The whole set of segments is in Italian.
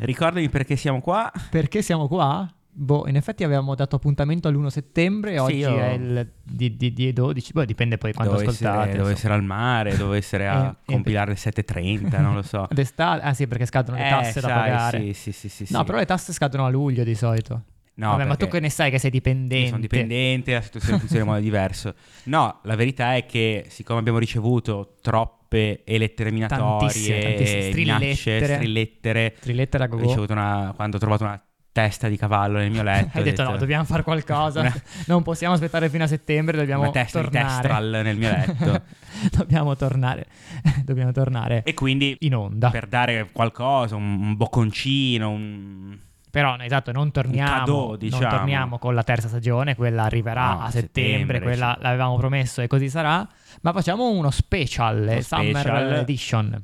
Ricordami perché siamo qua. Perché siamo qua? Boh, in effetti avevamo dato appuntamento all'1 settembre, oggi io- è il di, di- di 12, poi dipende poi quando Dovevo ascoltate. essere, dovevo insomma. essere al mare, dovevo essere a Eh, eh, compilare il 7.30, non lo so. Ad estate, ah sì, perché scadono le Eh, tasse da sai, pagare. Sì, sì, sì, sì, no, sì. però le tasse scadono a luglio di solito. No, Vabbè, ma perché tu che ne sai che sei dipendente? io sono dipendente, la situazione funziona in modo diverso. No, la verità è che siccome abbiamo ricevuto troppe e Tantissime, letterminatorie, tantissime, e minacce, strillettere. strillettere, Trilettera ho go-go. ricevuto una, quando ho trovato una testa di cavallo nel mio letto. Hai ho detto no, dobbiamo fare qualcosa. Una- non possiamo aspettare fino a settembre, dobbiamo una testa di tornare. testral nel mio letto. dobbiamo tornare. dobbiamo tornare e quindi in onda. per dare qualcosa, un, un bocconcino, un... Però no, esatto, non torniamo, Un cadeau, diciamo. non torniamo con la terza stagione, quella arriverà No, a a settembre, settembre, diciamo. quella sì. l'avevamo promesso e così sarà, ma facciamo uno special, eh, Summer special. Edition.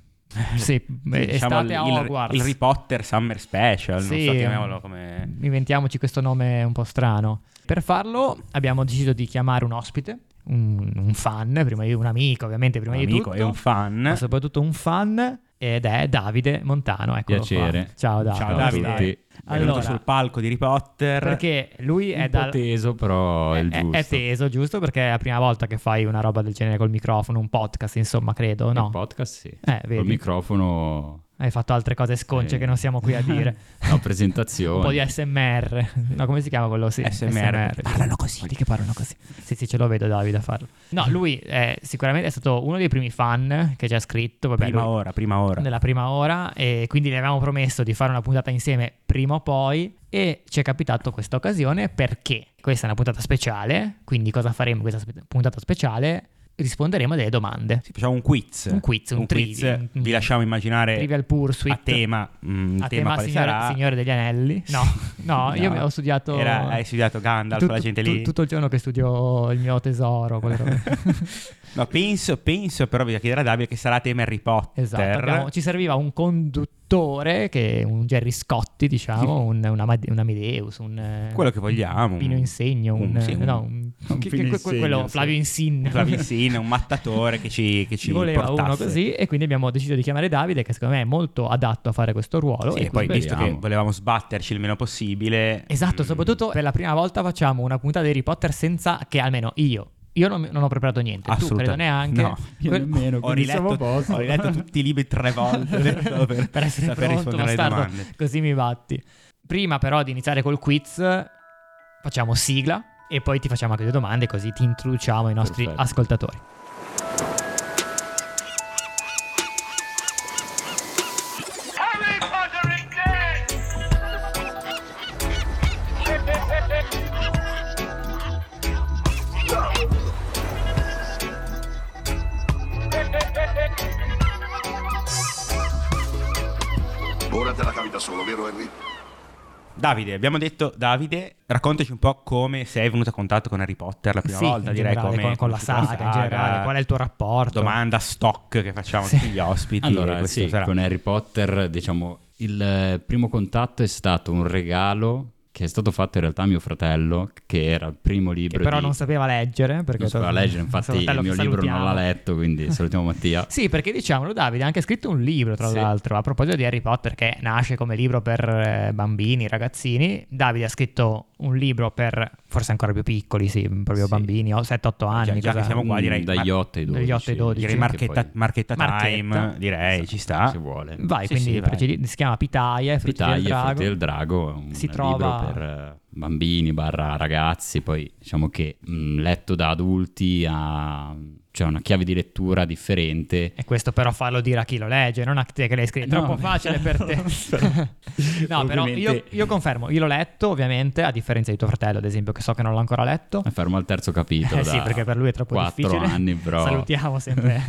Sì, sì, eh, diciamo, estate a il- Hogwarts. il Harry Potter Summer Special, Sì. non so chiamiamolo come... Inventiamoci questo nome un po' strano. Per farlo abbiamo deciso di chiamare un ospite, un, un fan, prima di, un amico ovviamente, prima un di amico tutto, e un fan. ma soprattutto un fan ed è Davide Montano, eccolo qua. Piacere. Ciao Davide. Ciao, Ciao a Davide. tutti. È venuto Allora, sul palco di Harry Potter. Perché lui è Un dal... po' teso, però è il È- è- giusto. È teso, giusto? Perché è la prima volta che fai una roba del genere col microfono, un podcast, insomma, credo, Il no? podcast sì. Eh, Col vedi, microfono, hai fatto altre cose sconce Eh. che non siamo qui a dire. la un po' di presentazione. SMR. No, come si chiama quello? Sì, SMR. Parlano così. Quelli che parlano così. Sì, sì, ce lo vedo Davide a farlo. No, lui è, sicuramente è stato uno dei primi fan che ci ha scritto. Vabbè, prima lui- ora, prima ora. nella prima ora e quindi le avevamo promesso di fare una puntata insieme prima o poi e ci è capitato questa occasione perché questa è una puntata speciale, quindi cosa faremo in questa spe- puntata speciale? Risponderemo a delle domande. Sì, facciamo un quiz. Un quiz, un, Mm. trivi- quiz. un- un Vi lasciamo immaginare Trivial Pursuit Eh, a tema. mm, il a tema, quale signore, sarà. Signore degli Anelli. No, no, io No. ho studiato Era- hai studiato Gandalf, tut- la gente tut- lì. tutto il giorno che studio il mio tesoro, quelle robe. No, penso, penso, però vi chiedere a Davide che sarà tema Harry Potter. Esatto, abbiamo- ci serviva un conduttore, che un Gerry Scotti, diciamo, un, un, Amade- un Amadeus, un... eh, Quello che vogliamo. Pino Insegno, un, un- sì, un- no, un- un che- Pino che- que- Insegno, quello sì. Flavio Insin. un Flavinsino, un mattatore che ci, che Ci ci voleva uno portasse. così e quindi abbiamo deciso di chiamare Davide che secondo me è molto adatto a fare questo ruolo. Sì, e e poi quindi- visto che Speriamo. volevamo sbatterci il meno possibile. Esatto, mm, soprattutto per la prima volta facciamo una puntata di Harry Potter senza che almeno io, io non, non ho preparato niente, tu credo Assolutamente. neanche. No. Io Que- nemmeno, Ho quindi siamo riletto, a posto. ho riletto tutti i libri tre volte solo per, Per essere saper pronto, rispondere alle bastardo. domande. Così mi batti. Prima però di iniziare col quiz facciamo sigla e poi ti facciamo anche due domande così ti introduciamo ai nostri Perfetto. ascoltatori. Harry Potter is dead! Ora te la cavi da solo, vero Henry? Davide, abbiamo detto, Davide, raccontaci un po' come sei venuto a contatto con Harry Potter la prima Sì, volta, in direi generale, come con, con la con tutta saga, in generale, qual è il tuo rapporto? domanda stock che facciamo a Sì. tutti gli ospiti. Allora, questo sì, sarà- con Harry Potter, diciamo, il eh, primo contatto è stato un regalo che è stato fatto in realtà a mio fratello, che era il primo Che libro però di... non sapeva leggere perché non sapeva leggere, infatti il Fratello mio che libro non salutiamo. l'ha letto, quindi salutiamo Mattia. Sì, perché diciamolo, Davide ha anche scritto un libro, tra Sì. l'altro, a proposito di Harry Potter, che nasce come libro per eh, bambini, ragazzini. Davide ha scritto un libro per forse ancora più piccoli, sì, proprio Sì. bambini, o 7-8 anni. Già- già cosa- che siamo qua, Mm, direi, Dagli ma- 8 ai 12. dagli otto ai dodici. direi Sì, marchetta, che poi- marchetta Marchetta. time, direi, ci sta. Se vuole. Vai, Sì, quindi sì, vai. procedi- si chiama Pitaya e Frutti del Pitaglia e Drago. Frutti del Drago è un Si libro trova- per eh, bambini barra ragazzi, poi diciamo che mh, letto da adulti ha cioè una chiave di lettura differente. E questo però farlo dire a chi lo legge, non a te che l'hai scritto. È No, troppo beh, facile per te. no, però io, Ovviamente- io confermo, io l'ho letto ovviamente, a differenza di tuo fratello, ad esempio, che so che non l'ho ancora letto. Mi fermo al terzo capitolo. Eh sì, da perché per lui è troppo quattro difficile. anni, però. Salutiamo sempre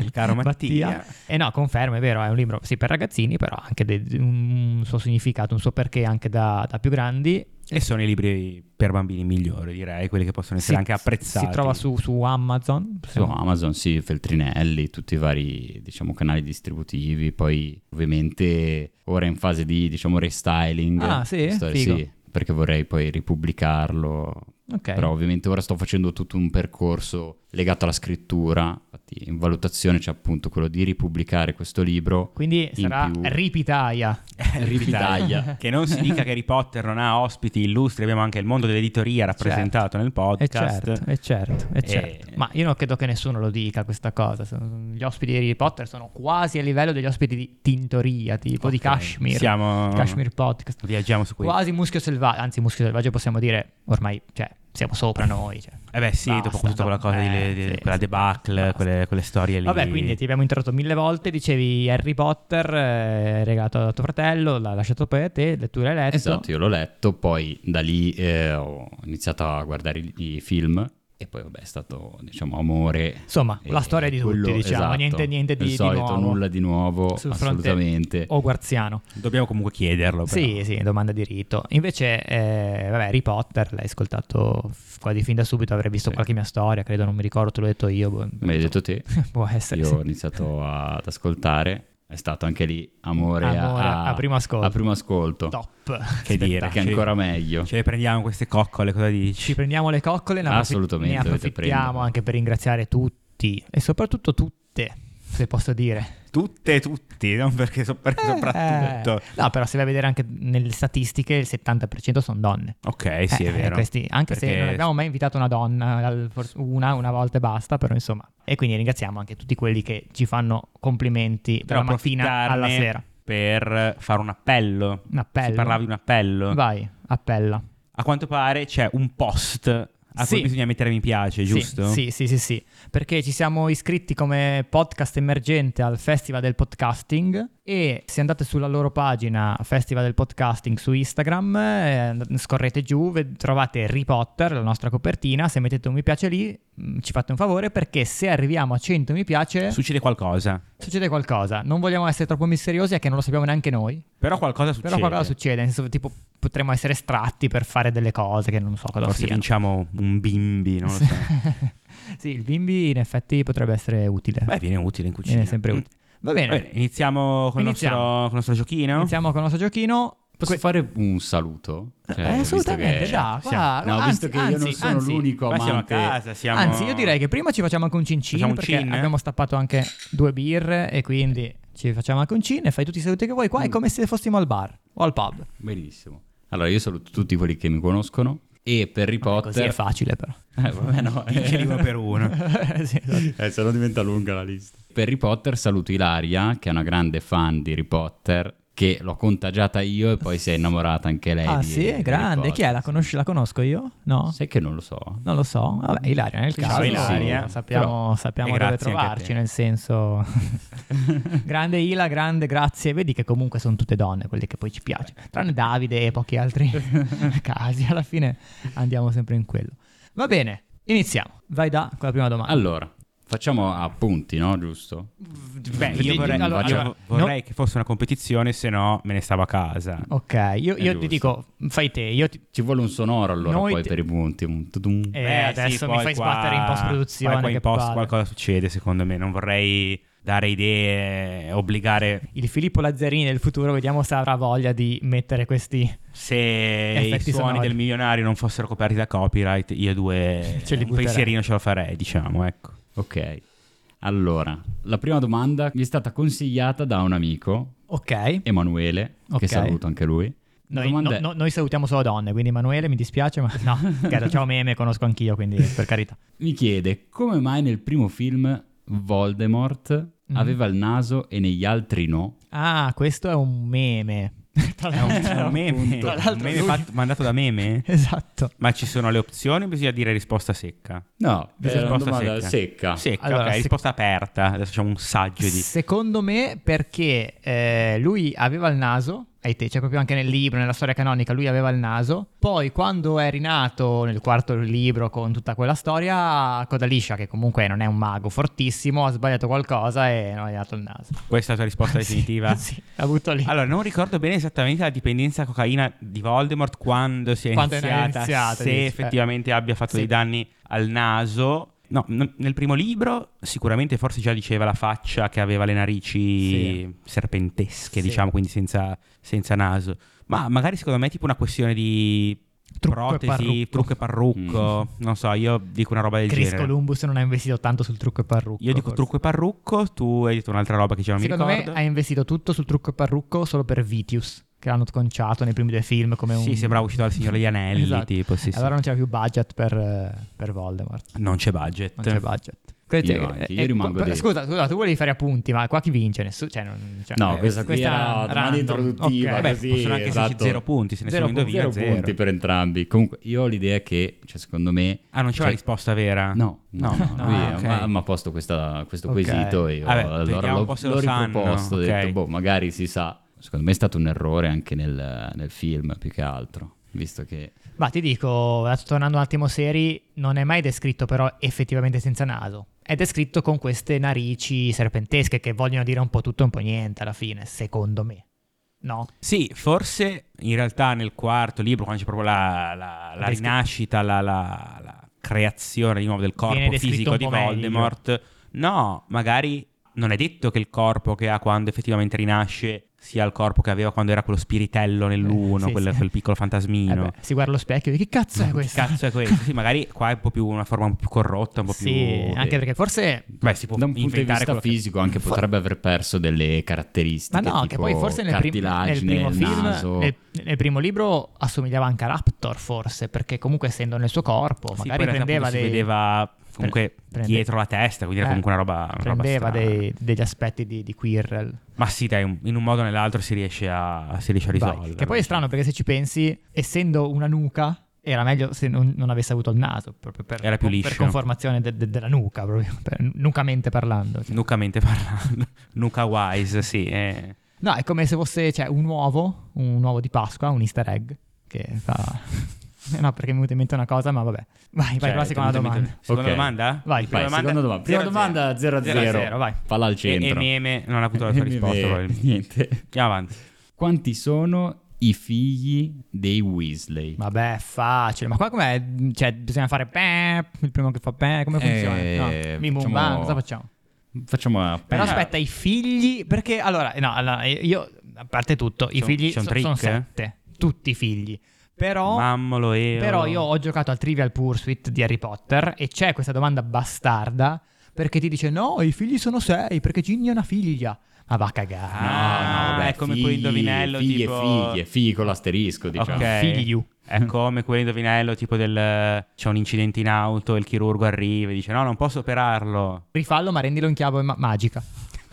Il caro Mattia. E no, confermo, è vero, è un libro sì per ragazzini, però anche de- un suo significato, un suo perché anche da, da più grandi. E sono i libri per bambini migliori, direi, quelli che possono essere Si- anche apprezzati. Si trova su, su Amazon. Su Amazon, sì, Feltrinelli, tutti i vari diciamo, canali distributivi, poi ovviamente ora è in fase di diciamo, restyling. Ah, sì? Sto- Figo. sì, perché vorrei poi ripubblicarlo Ok. Però ovviamente ora sto facendo tutto un percorso legato alla scrittura, infatti in valutazione c'è appunto quello di ripubblicare questo libro. Quindi In sarà più. ripitaia. Ripitaglia. Eh, che non si dica che Harry Potter non ha ospiti illustri, abbiamo anche il mondo dell'editoria rappresentato nel E podcast. certo, e certo, e E- certo. Ma io non credo che nessuno lo dica questa cosa. Sono- Gli ospiti di Harry Potter sono quasi a livello degli ospiti di Tintoria, tipo di Ok, Kashmir. siamo- Kashmir Podcast. Viaggiamo su questo. Quasi muschio selvaggio, anzi muschio selvaggio possiamo dire ormai, cioè, siamo sopra noi. cioè. Eh beh sì, Basta, dopo tutta no? quella cosa, di, Eh, di- sì, quella sì, debacle, basta. quelle, quelle storie lì. Vabbè, quindi ti abbiamo interrotto mille volte, dicevi Harry Potter, eh, regalato da tuo fratello, l'ha lasciato poi a te, le tue l'hai letto. Esatto, io l'ho letto, poi da lì eh, ho iniziato a guardare i, i film e poi vabbè è stato diciamo amore. Insomma, la E- storia di tutti, Eh, quello- diciamo, esatto, niente, niente di, il di solito, nuovo. nulla di nuovo, Sul fronte assolutamente. O guarziano. Dobbiamo comunque chiederlo. Però. Sì, sì, domanda di rito. Invece, eh, vabbè, Harry Potter l'hai ascoltato f- quasi fin da subito, avrei visto Sì. qualche mia storia, credo, non mi ricordo, te l'ho detto io. boh. Me l'hai detto te. Può essere. Io sì. ho iniziato a- ad ascoltare, è stato anche lì amore, Amore a primo ascolto. a primo ascolto. Top. Che dire. Che è ci- ancora meglio. Cioè, Ce le prendiamo queste coccole, cosa dici? Ci prendiamo le coccole, ne, approfi- Assolutamente, ne dovete approfittiamo prenderle. anche per ringraziare tutti e soprattutto tutte, se posso dire. Tutte e tutti, non perché so- perché soprattutto. Eh, no, però se vai a vedere anche nelle statistiche il 70% sono donne. Ok, sì, Eh, è vero. questi- anche se Perché- non abbiamo mai invitato una donna, al- forse una, una volta e basta, però insomma. E quindi ringraziamo anche tutti quelli che ci fanno complimenti però dalla mattina alla approfittarne sera. Per fare un appello. Un appello. Si parlava di un appello. Vai, appella. A quanto pare c'è un post a Sì. cui bisogna mettere mi piace, Sì, giusto? Sì, sì, sì, sì, perché ci siamo iscritti come podcast emergente al Festival del Podcasting e se andate sulla loro pagina Festival del Podcasting su Instagram, eh, scorrete giù, ved- trovate Harry Potter, la nostra copertina, se mettete un mi piace lì mh, ci fate un favore perché se arriviamo a 100 mi piace Succede qualcosa. succede qualcosa. Non vogliamo essere troppo misteriosi, è che non lo sappiamo neanche noi, Però qualcosa succede. però qualcosa succede, nel senso tipo potremmo essere estratti per fare delle cose che non so cosa Forse siano. vinciamo un bimbi, non lo so. sì, il bimbi in effetti potrebbe essere utile. Beh, viene utile in cucina. Viene sempre Mm. utile. Va bene, Va bene, iniziamo con il nostro, Iniziamo. con il nostro giochino. iniziamo con il nostro giochino. Posso Que- fare un saluto? Cioè, Eh, visto assolutamente, che- già. qua- siamo- No, anzi, visto che io non anzi, sono anzi, l'unico Qua siamo a amante casa, siamo... Anzi, io direi che prima ci facciamo anche un cincin Facciamo un perché cin? abbiamo stappato anche due birre e quindi ci facciamo anche un cin e fai tutti i saluti che vuoi. Qua è come se fossimo al bar o al pub. Benissimo. Allora, io saluto tutti quelli che mi conoscono e per Harry Così è Potter... facile però. Eh, vabbè, no, eh. Dice di uno per uno. Sì, esatto. Eh, se no diventa lunga la lista. Per Harry Potter saluto Ilaria, che è una grande fan di Harry Potter, che l'ho contagiata io e poi si è innamorata anche lei. Ah di- di sì, Harry grande. Chi è? La, Potter. conosci- la conosco io? No? Sai che non lo so. Non lo so. Vabbè, Ilaria nel Sì, caso. ciao, sì, Ilaria. eh, Sappiamo, sappiamo e dove grazie anche a trovarci, te. nel senso... grande Ila, grande grazie. Vedi che comunque sono tutte donne quelle che poi ci piacciono. Tranne Davide e pochi altri casi. Alla fine andiamo sempre in quello. Va bene, iniziamo. Vai da con la prima domanda. Allora, facciamo a punti, no? Giusto? Beh, io Vedi, vorrei, allora, io allora, vorrei che fosse una competizione, se no me ne stavo a casa. Ok, io, io ti giusto. dico, fai te, io ti... Ci vuole un sonoro allora Noi poi ti- per i punti. un tudum. Eh, Beh, adesso sì, mi poi fai qua- sbattere in post-produzione. poi qua in che post palle. qualcosa succede, secondo me. Non vorrei dare idee, obbligare Il Filippo Lazzarini del futuro, vediamo se avrà voglia di mettere questi se Effetti i suoni sonori. del milionario non fossero coperti da copyright, io due Ce li un butterei. pensierino ce lo farei, diciamo, ecco. Ok. Allora, la prima domanda mi è stata consigliata da un amico, Ok, Emanuele, Ok. che saluto anche lui. La noi, domanda no- è- no- noi salutiamo solo donne, quindi Emanuele mi dispiace, ma no, scherzo, ciao meme, conosco anch'io, quindi per carità. mi chiede come mai nel primo film Voldemort aveva il naso e negli altri no. Ah, questo è un meme. Tra È un, l'altro- è un meme, Tra un l'altro meme lui- fatto- mandato da meme? Esatto. Ma ci sono le opzioni o bisogna dire risposta secca? No, Questa era una risposta Eh, domanda secca. secca. Secca, Allora, ok, sec- risposta aperta. Adesso facciamo un saggio di... Secondo me perché eh, lui aveva il naso, hai te, cioè proprio anche nel libro, nella storia canonica, lui aveva il naso. Poi quando è rinato nel quarto libro con tutta quella storia, Codaliscia, che comunque non è un mago fortissimo, ha sbagliato qualcosa e non è dato il naso. Questa è la tua risposta definitiva? Sì, sì, la butto lì. Allora, non ricordo bene esattamente la dipendenza a cocaina di Voldemort quando si è Quando era iniziata, iniziata, se dici, eh. effettivamente abbia fatto Sì. dei danni al naso. No, n- nel primo libro sicuramente forse già diceva la faccia che aveva le narici Sì. serpentesche, Sì. diciamo, quindi senza, senza naso. Ma magari secondo me è tipo una questione di Trucco e protesi, parrucco. Mm. trucco e parrucco. Non so, io dico una roba del Chris genere. Columbus non ha investito tanto sul trucco e parrucco. Io dico forse. trucco e parrucco, tu hai detto un'altra roba che già non Secondo mi me ricordo. ha investito tutto sul trucco e parrucco solo per Vitius, che l'hanno conciato nei primi due film come un... Sì, sembrava uscito dal Signore degli Anelli, Esatto. tipo, sì, sì. Allora non c'era più budget per, eh, per Voldemort. Non c'è budget. Non c'è budget. Quindi, Io eh, anche, io eh, rimango per- dentro. Scusa, scusa, tu volevi fare appunti, ma qua chi vince? Nessuno, cioè, non- cioè, No, eh, questa qui era una domanda random. introduttiva, Ok. Vabbè, Così, possono anche esserci esatto. zero punti, se nessuno Zero pu- indovina, zero zero. punti per entrambi. Comunque, io ho l'idea che, cioè, secondo me... Ah, non c'è Cioè- una risposta vera? No, no, no, Eh? no, lui ah, ok. mi ha posto questa- questo Ok. quesito e io Vabbè, allora vediamo l'ho, un po' se lo l'ho sanno, riproposto, ho ok. detto, boh, magari si sa. Secondo me è stato un errore anche nel, nel film, più che altro, visto che... Ma ti dico, adesso tornando un attimo seri, non è mai descritto però effettivamente senza naso. È descritto con queste narici serpentesche che vogliono dire un po' tutto e un po' niente alla fine, secondo me. No? Sì, forse in realtà nel quarto libro, quando c'è proprio la, la- la La descri- rinascita, la, la- la creazione di nuovo del Viene corpo descritto fisico un di po' meglio. Voldemort, no, magari non è detto che il corpo che ha quando effettivamente rinasce sia il corpo che aveva quando era quello spiritello nell'uno, Eh, sì, quel, sì. quel piccolo Eh fantasmino. beh, si guarda allo specchio e dice, che cazzo è Che questo? cazzo è questo? Sì, magari qua è un po' più una forma un po' più corrotta, un po' Sì, più... anche perché forse... Beh, si può da un punto di inventare vista quello che- fisico anche potrebbe aver perso delle caratteristiche Ma no, che tipo poi forse nel, prim- nel cartilagine, primo il film, naso. nel, nel primo libro assomigliava anche a Raptor forse, perché comunque essendo nel suo corpo, Sì, magari poi in realtà prendeva appunto dei... si vedeva comunque prende- dietro la testa, quindi era Eh, comunque una roba... una roba prendeva strana. dei- degli aspetti di, di Quirrell. Ma sì, dai, un- in un modo o nell'altro si riesce a, si riesce a Vai. risolvere. Che poi è strano perché se ci pensi, essendo una nuca, era meglio se non, non avesse avuto il naso, proprio per, Era più per liscio. conformazione de- de- della nuca, proprio, per- nucamente parlando. Cioè, Nucamente parlando, nuca wise, sì. eh. No, è come se fosse cioè, un uovo, un uovo di Pasqua, un easter egg, che fa... no, perché mi è venuta in mente una cosa, ma vabbè. Vai, vai Cioè, per la seconda tendenzialmente- domanda. Seconda Ok. domanda? Vai, Prima Vai, seconda domanda. Prima domanda 0 a 0. Zero a zero, vai. Palla al E, e centro. meme non ha avuto la sua risposta. Eh, probabilmente. Niente. Andiamo avanti. Quanti sono i figli dei Weasley? Vabbè, facile. Ma qua com'è? Cioè, bisogna fare pe, il primo che fa pe, come funziona? Eh, no. Mi facciamo- bumba, cosa facciamo? Facciamo una Però Eh. aspetta, i figli. Perché allora, no, allora, io, a parte tutto, i C'è un- figli c'è un so- trick, sono eh? sette. Tutti i figli. Però, Mammolo e... però io ho giocato al Trivial Pursuit di Harry Potter e c'è questa domanda bastarda perché ti dice no, i figli sono sei perché Ginny è una figlia. Ma va a cagare. Ah, è come quel indovinello figli tipo... Figli e figli, figli con l'asterisco, diciamo. Ok. Figliu. È come quell'indovinello tipo del... C'è un incidente in auto, il chirurgo arriva e dice no, non posso operarlo. Rifallo ma rendilo in chiave ma- magica.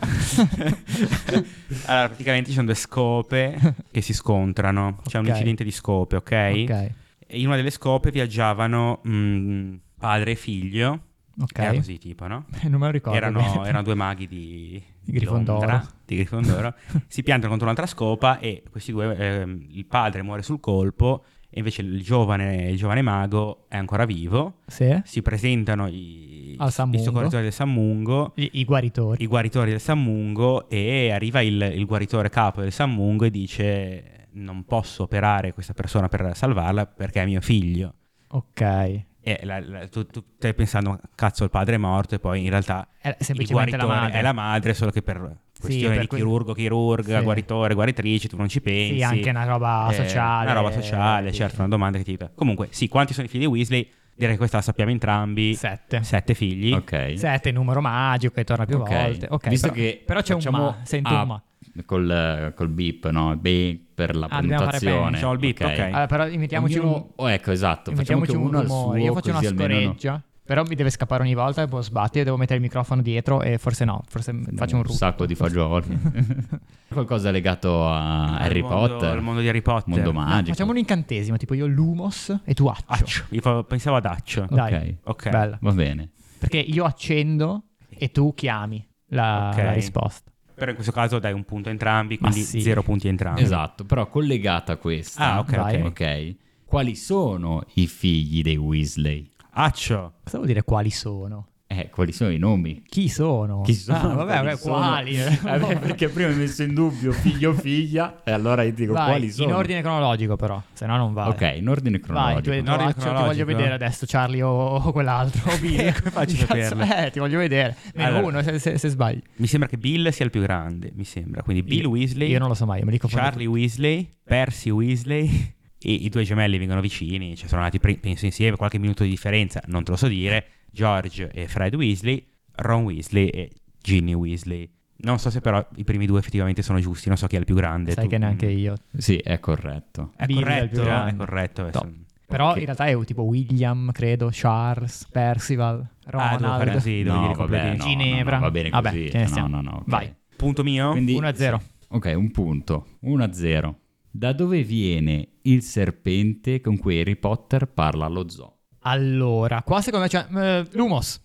allora, praticamente ci sono due scope che si scontrano. C'è un Ok. incidente di scope, ok? Ok. E in una delle scope viaggiavano mh, padre e figlio. Ok. Era così tipo, no? Eh, Non me lo ricordo. Erano, bene. erano due maghi di, Di Grifondoro. Londra, di Grifondoro. si piantano contro un'altra scopa e questi due, ehm, il padre muore sul colpo e invece il giovane, il giovane mago è ancora vivo. Sì. Si presentano i, Al i Sammungo. soccorritori del Sammungo I, i guaritori. i guaritori del Sammungo e arriva il, il guaritore capo del Sammungo e dice non posso operare questa persona per salvarla perché è mio figlio. Ok. Eh, E la- la- tu, tu stai pensando, cazzo il padre è morto e poi in realtà il semplicemente la guaritore madre. è la madre, solo che per questione per di que- chirurgo, chirurga, Sì. guaritore, guaritrice, tu non ci pensi. Sì, anche una roba Eh, sociale. Una roba sociale, Sì. certo, una domanda che ti dà. Comunque, sì, quanti sono i figli di Weasley? Direi che questa la sappiamo entrambi. Sette. Sette figli. Ok. Sette, numero magico che torna più Ok. volte. Ok, Visto però, che però c'è facciamo- un ma, sento ah, un ma. Col, col beep, no? Beep per la Ah, dobbiamo fare beep. prenotazione. Facciamo diciamo, il beep, ok. Allora, però imitiamoci Ognuno- un, oh, ecco, esatto. Facciamo imitiamoci che un uno al suo, rumore. Io faccio una così almeno no. scoreggia. Però mi deve scappare ogni volta e poi sbattere. Devo mettere il microfono dietro e forse no, forse faccio un rutto. sacco di fagioli. Qualcosa legato a Al Harry mondo- Potter. al mondo di Harry Potter. Ah, Mondo No, magico. facciamo un incantesimo, tipo io lumos e tu accio. Accio. Io fa- pensavo ad Accio. Ok. Dai. Ok. Bella. Va bene. Perché io accendo e tu chiami la, Ok. la risposta. Però in questo caso dai un punto a entrambi, quindi sì. zero punti a entrambi. Esatto, però collegata a questa. Ah, ok, Vai. ok. ok. Quali sono i figli dei Weasley? Accio. Cosa vuol dire quali sono? Eh, quali sono i nomi? Chi sono? Chi sono? Ah, vabbè, vabbè, sono? quali? Eh, beh, perché prima hai messo in dubbio figlio o figlia, e allora io dico Vai, quali sono. In ordine cronologico però, se no non vale. Ok, in ordine Vai, tu cronologico. hai detto In ordine "Accio, ti voglio cronologico?" vedere adesso Charlie o, o quell'altro. O Oh, Bill. Come faccio a Cazzo, saperlo? Eh, ti voglio vedere. Meno Allora. uno se, se- se sbagli. Mi sembra che Bill sia il più grande, mi sembra. Quindi Bill Io- Weasley, Ecco, Io non lo so mai, io me li confondo. Charlie Weasley, Percy Weasley, e i due gemelli vengono vicini, cioè sono nati pre- penso insieme, qualche minuto di differenza, non te lo so dire, George e Fred Weasley, Ron Weasley e Ginny Weasley. Non so se però i primi due effettivamente sono giusti, non so chi è il più grande. Sai tu- Mm. che neanche io. Sì, è corretto. È Billy è corretto, eh, il più grande. è corretto. adesso- Ah, No. Però Ok. in realtà è tipo William, credo, Charles, Percival, Ah, devo fare Ronald. così, devo No, dire vabbè, completamente. no, Ginevra. no, va bene Vabbè, così. ce ne stiamo. No, no, no, ok. Vai. Punto mio? Quindi- 1-0. Ok, un punto. 1-0. Da dove viene il serpente con cui Harry Potter parla allo zoo? Allora, qua secondo me c'è... eh, Lumos.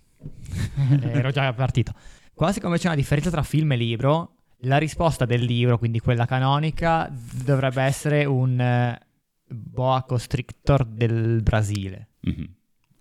Eh, Ero già partito. Qua secondo me c'è una differenza tra film e libro. La risposta del libro, quindi quella canonica, dovrebbe essere un eh, boa constrictor del Brasile. Mhm.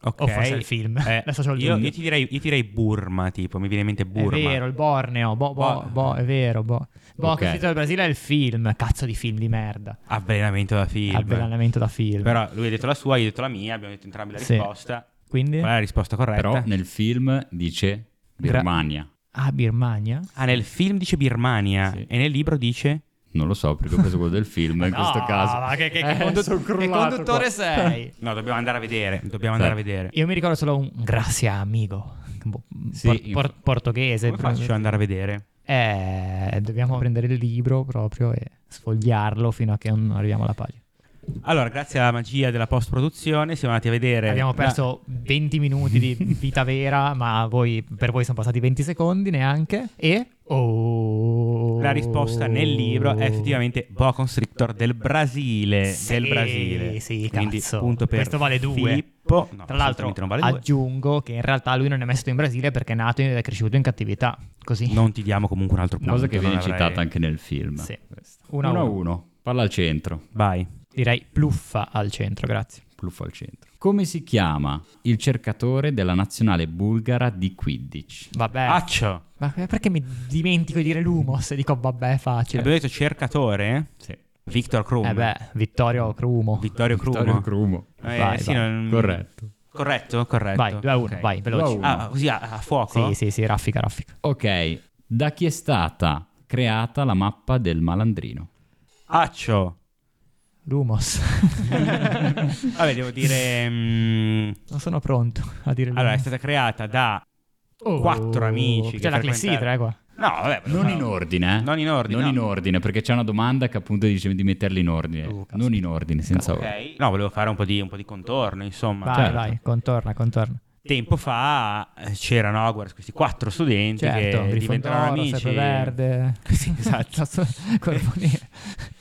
Ok. O forse il film. Eh, Adesso c'ho il io, dubbio. io ti direi, io ti direi Burma, tipo, mi viene in mente Burma. È vero, il Borneo. Bo, bo- Bo- bo- è vero. Bo. Boa Ok. constrictor del Brasile è il film. Cazzo di film di merda. Avvelenamento da film. Avvelenamento da film. Però lui ha detto la sua, io ho detto la mia, abbiamo detto entrambi la Sì. risposta. Quindi? Qual è la risposta corretta? Però nel film dice Gra- Birmania. Ah, Birmania? Ah, nel film dice Birmania Sì. e nel libro dice... Non lo so perché ho preso quello del film in questo No, caso. Ah, ma che, che- che Eh, condut- sono che crollato conduttore qua. sei? No, dobbiamo andare a vedere, dobbiamo andare a vedere. Esatto. Io mi ricordo solo un grazie amigo. Boh, Sì, por- inf- por- portoghese. Come faccio ad andare a vedere? Eh, dobbiamo prendere il libro proprio e sfogliarlo fino a che non arriviamo alla pagina. Allora, grazie alla magia della post-produzione siamo andati a vedere... Abbiamo la- perso 20 minuti di vita vera, ma voi- per voi sono passati 20 secondi neanche. E oh, La risposta nel libro è effettivamente Boa Constrictor del Brasile. Sì, del Brasile. sì, Quindi cazzo. punto per Questo vale due. Filippo. No, Tra l'altro, assolutamente non vale due. aggiungo che in realtà lui non è messo in Brasile perché è nato e è cresciuto in cattività. Così. Non ti diamo comunque un altro punto. Cosa che non viene avrei- citata anche nel film. Sì. Questa. Uno a Uno a uno. uno. Palla al centro. Vai. Direi pluffa al centro, grazie. Pluffo al centro. Come si chiama il cercatore della nazionale bulgara di Quidditch? Vabbè. Accio. Ma perché mi dimentico di dire Lumos e dico vabbè è facile? Abbiamo detto cercatore. Sì. Victor Krum. Eh beh, Vittorio Crumo. Vittorio Krum. Vittorio Crumo. Eh, Vai, sì, vai. non- Corretto. Corretto, corretto. Vai, 2 a 1, Ok. vai, Due a veloce. uno. Ah, così a, a fuoco? Sì, sì, sì, raffica, raffica. Ok, da chi è stata creata la mappa del malandrino? Accio. Lumos. Vabbè, devo dire... mm, non sono pronto a dire Lumos. allora, è stata creata da... Oh, quattro amici che C'è la frequentano- clessidra, eh, qua. No, vabbè. volevo Non fare- in ordine, eh? Non in ordine, Non no. Uh, in ordine, perché c'è una domanda che appunto dice di metterli in ordine. Oh, cazzo. non in ordine, senza ordine. Ok. No, volevo fare un po' di, un po' di contorno, insomma. Vai, certo. vai, contorna, contorna. Tempo fa eh, c'erano a Hogwarts questi quattro studenti Certo, che diventano Grifondoro, amici. Sempreverde. Sì, esatto. Corboniere.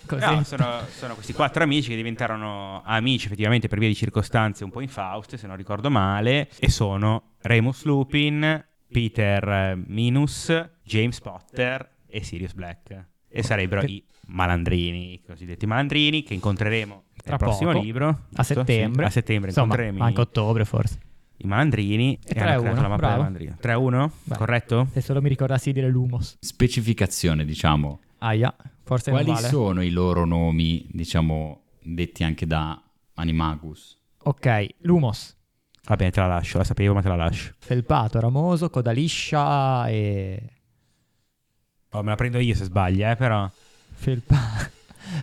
Così. No, sono, sono questi quattro amici che diventarono amici effettivamente per via di circostanze un po' infauste, se non ricordo male, e sono Remus Lupin, Peter eh, Minus, James Potter e Sirius Black. E sarebbero Che- i malandrini, i cosiddetti malandrini, che incontreremo Tra nel prossimo poco, libro. a giusto? Sì, settembre. a settembre Insomma, incontreremo i- anche ottobre forse. i malandrini E e, hanno 3-1, creato la mappa bravo. dei malandrini. 3-1, Vai. corretto? Se solo mi ricordassi di dire Lumos. Specificazione, diciamo. Aia, forse Quali non vale. sono i loro nomi, diciamo, detti anche da Animagus? Ok, Lumos, Va bene, te la lascio, la sapevo ma te la lascio. felpato, ramoso, coda liscia e... Oh, me la prendo io se sbaglia, eh, però. Felpa...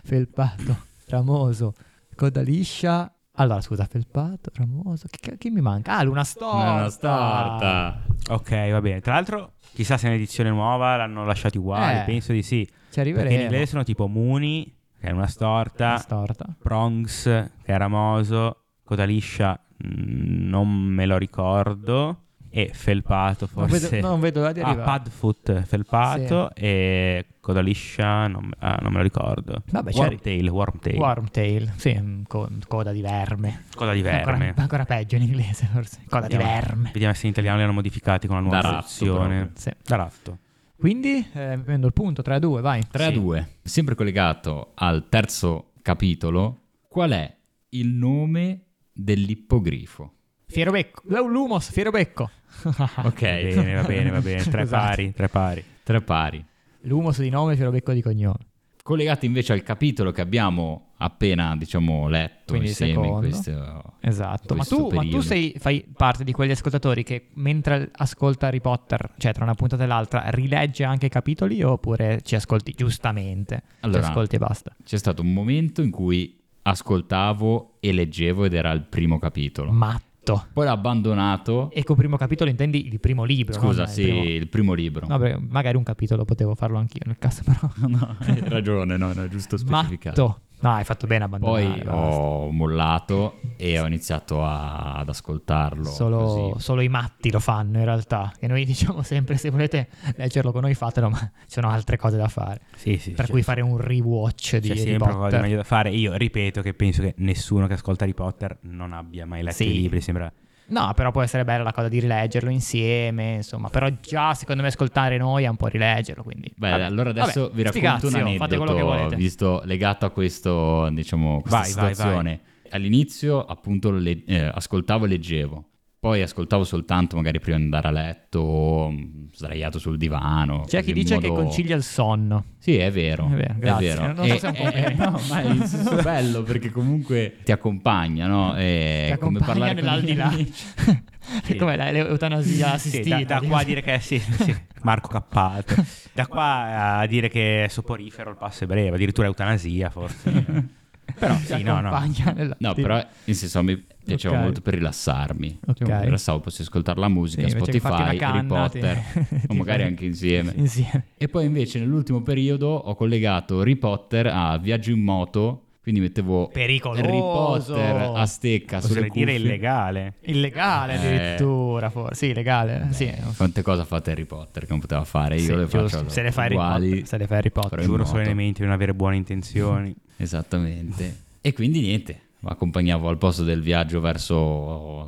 felpato, ramoso, coda liscia... Allora, scusa, felpato, ramoso... Chi, chi- chi mi manca? Ah, Luna Storta! Una starta. Ok, va bene. Tra l'altro, chissà se è un'edizione nuova l'hanno lasciati uguali, Eh. penso di sì. Ci Perché in arriveremo. inglese sono tipo Muni, che è una Luna storta, Storta. Prongs, che è ramoso, coda liscia, mm, non me lo ricordo, e felpato Non forse. vedo, non vedo l'ora di Ah, arrivare. Padfoot, felpato, e coda liscia, non, ah, non me lo ricordo. Vabbè, c'è- Wormtail, Wormtail. Wormtail, sì, mm, co- coda di verme. Coda di verme. Ancora, ancora peggio in inglese, forse. Coda di Vediamo- verme. Vediamo se in italiano li hanno modificati con la Da nuova ratto, versione. Sì. Da ratto. Quindi eh, mi prendo il punto 3 a 2, vai. 3 a 2. Sempre collegato al terzo capitolo, qual è il nome dell'ippogrifo? Fierobecco, Lu- Lumos, Fierobecco. Ah, Ok, Va bene, va bene, va bene. Tre Scusate. pari, tre pari. tre pari. Lumos Esatto. di nome, Fierobecco di cognome. Collegati invece al capitolo che abbiamo appena, diciamo, letto Quindi il insieme in secondo. questo... Esatto, ma Questo tu, ma tu periodo. sei, fai parte di quegli ascoltatori che mentre ascolta Harry Potter, cioè tra una puntata e l'altra, rilegge anche i capitoli oppure ci ascolti giustamente? Allora, ci ascolti e basta. C'è stato un momento in cui ascoltavo e leggevo ed era il primo Mm. capitolo. Matto. Poi l'ho abbandonato. E col primo capitolo intendi il primo libro. Scusa, Eh, non il sì, primo- il primo libro. No, beh, magari un capitolo potevo farlo anch'io nel caso, però. No, hai ragione, no, no, è giusto specificare. Matto. No, hai fatto bene a Poi abbandonare. oh, basta. ho mollato e ho iniziato a- ad ascoltarlo. Solo, così. solo i matti lo fanno in realtà. E noi diciamo sempre: se volete leggerlo con noi, fatelo, ma ci sono altre cose da fare. Sì, sì. per c'è- cui fare un rewatch di c'è Harry sempre qualcosa di Potter. meglio da fare. Io ripeto che penso che nessuno che ascolta Harry Potter non abbia mai letto Sì. i libri. Sembra No, però può essere bella la cosa di rileggerlo insieme, insomma. Però già, secondo me, ascoltare noi è un po' rileggerlo, quindi... Beh, Vabbè. allora adesso Vabbè, vi racconto un sfigazio, Fate quello che aneddoto volete. visto legato a questo, diciamo, questa Vai, vai, vai. situazione. All'inizio, appunto, le- eh, ascoltavo e leggevo. Poi ascoltavo soltanto magari prima di andare a letto, o, mh, sdraiato sul divano. C'è chi così in dice che modo- concilia il sonno. Sì, è vero. È vero, grazie. Non so E- se è un e- complimento. no, ma è s- bello perché comunque ti accompagna, no? È Eh, Ti come accompagna parlare con gli nell'aldilà. amici. Sì. Com'è la- l'eutanasia Sì, assistita? da, da qua a dire che è sì, sì, Marco Cappato. Da qua a dire che è soporifero il passo è breve, addirittura eutanasia forse. Però Ti sì, no, no. accompagna nella- No, sì. però in senso mi piaceva Ok. molto per rilassarmi. Ok. Cioè, mi rilassavo, posso ascoltare la Sì, musica, invece che farti Spotify, una Harry canna, ti- Potter, o ti magari fai- anche insieme. Insieme. E poi invece nell'ultimo periodo ho collegato Harry Potter a Viaggio in moto, quindi mettevo Pericoloso. Harry Potter a stecca sulle Oserei dire cuffie. illegale. Eh. Illegale addirittura, forse. Sì, legale. sì, non so. Quante cose ha fatto Harry Potter che non poteva fare, io Sì, le faccio giusto. Se le fa Harry uguali, Potter, se le fa Harry Potter. però in Giuro moto. solennemente di non avere buone intenzioni. Esattamente. E quindi niente, accompagnavo al posto del viaggio verso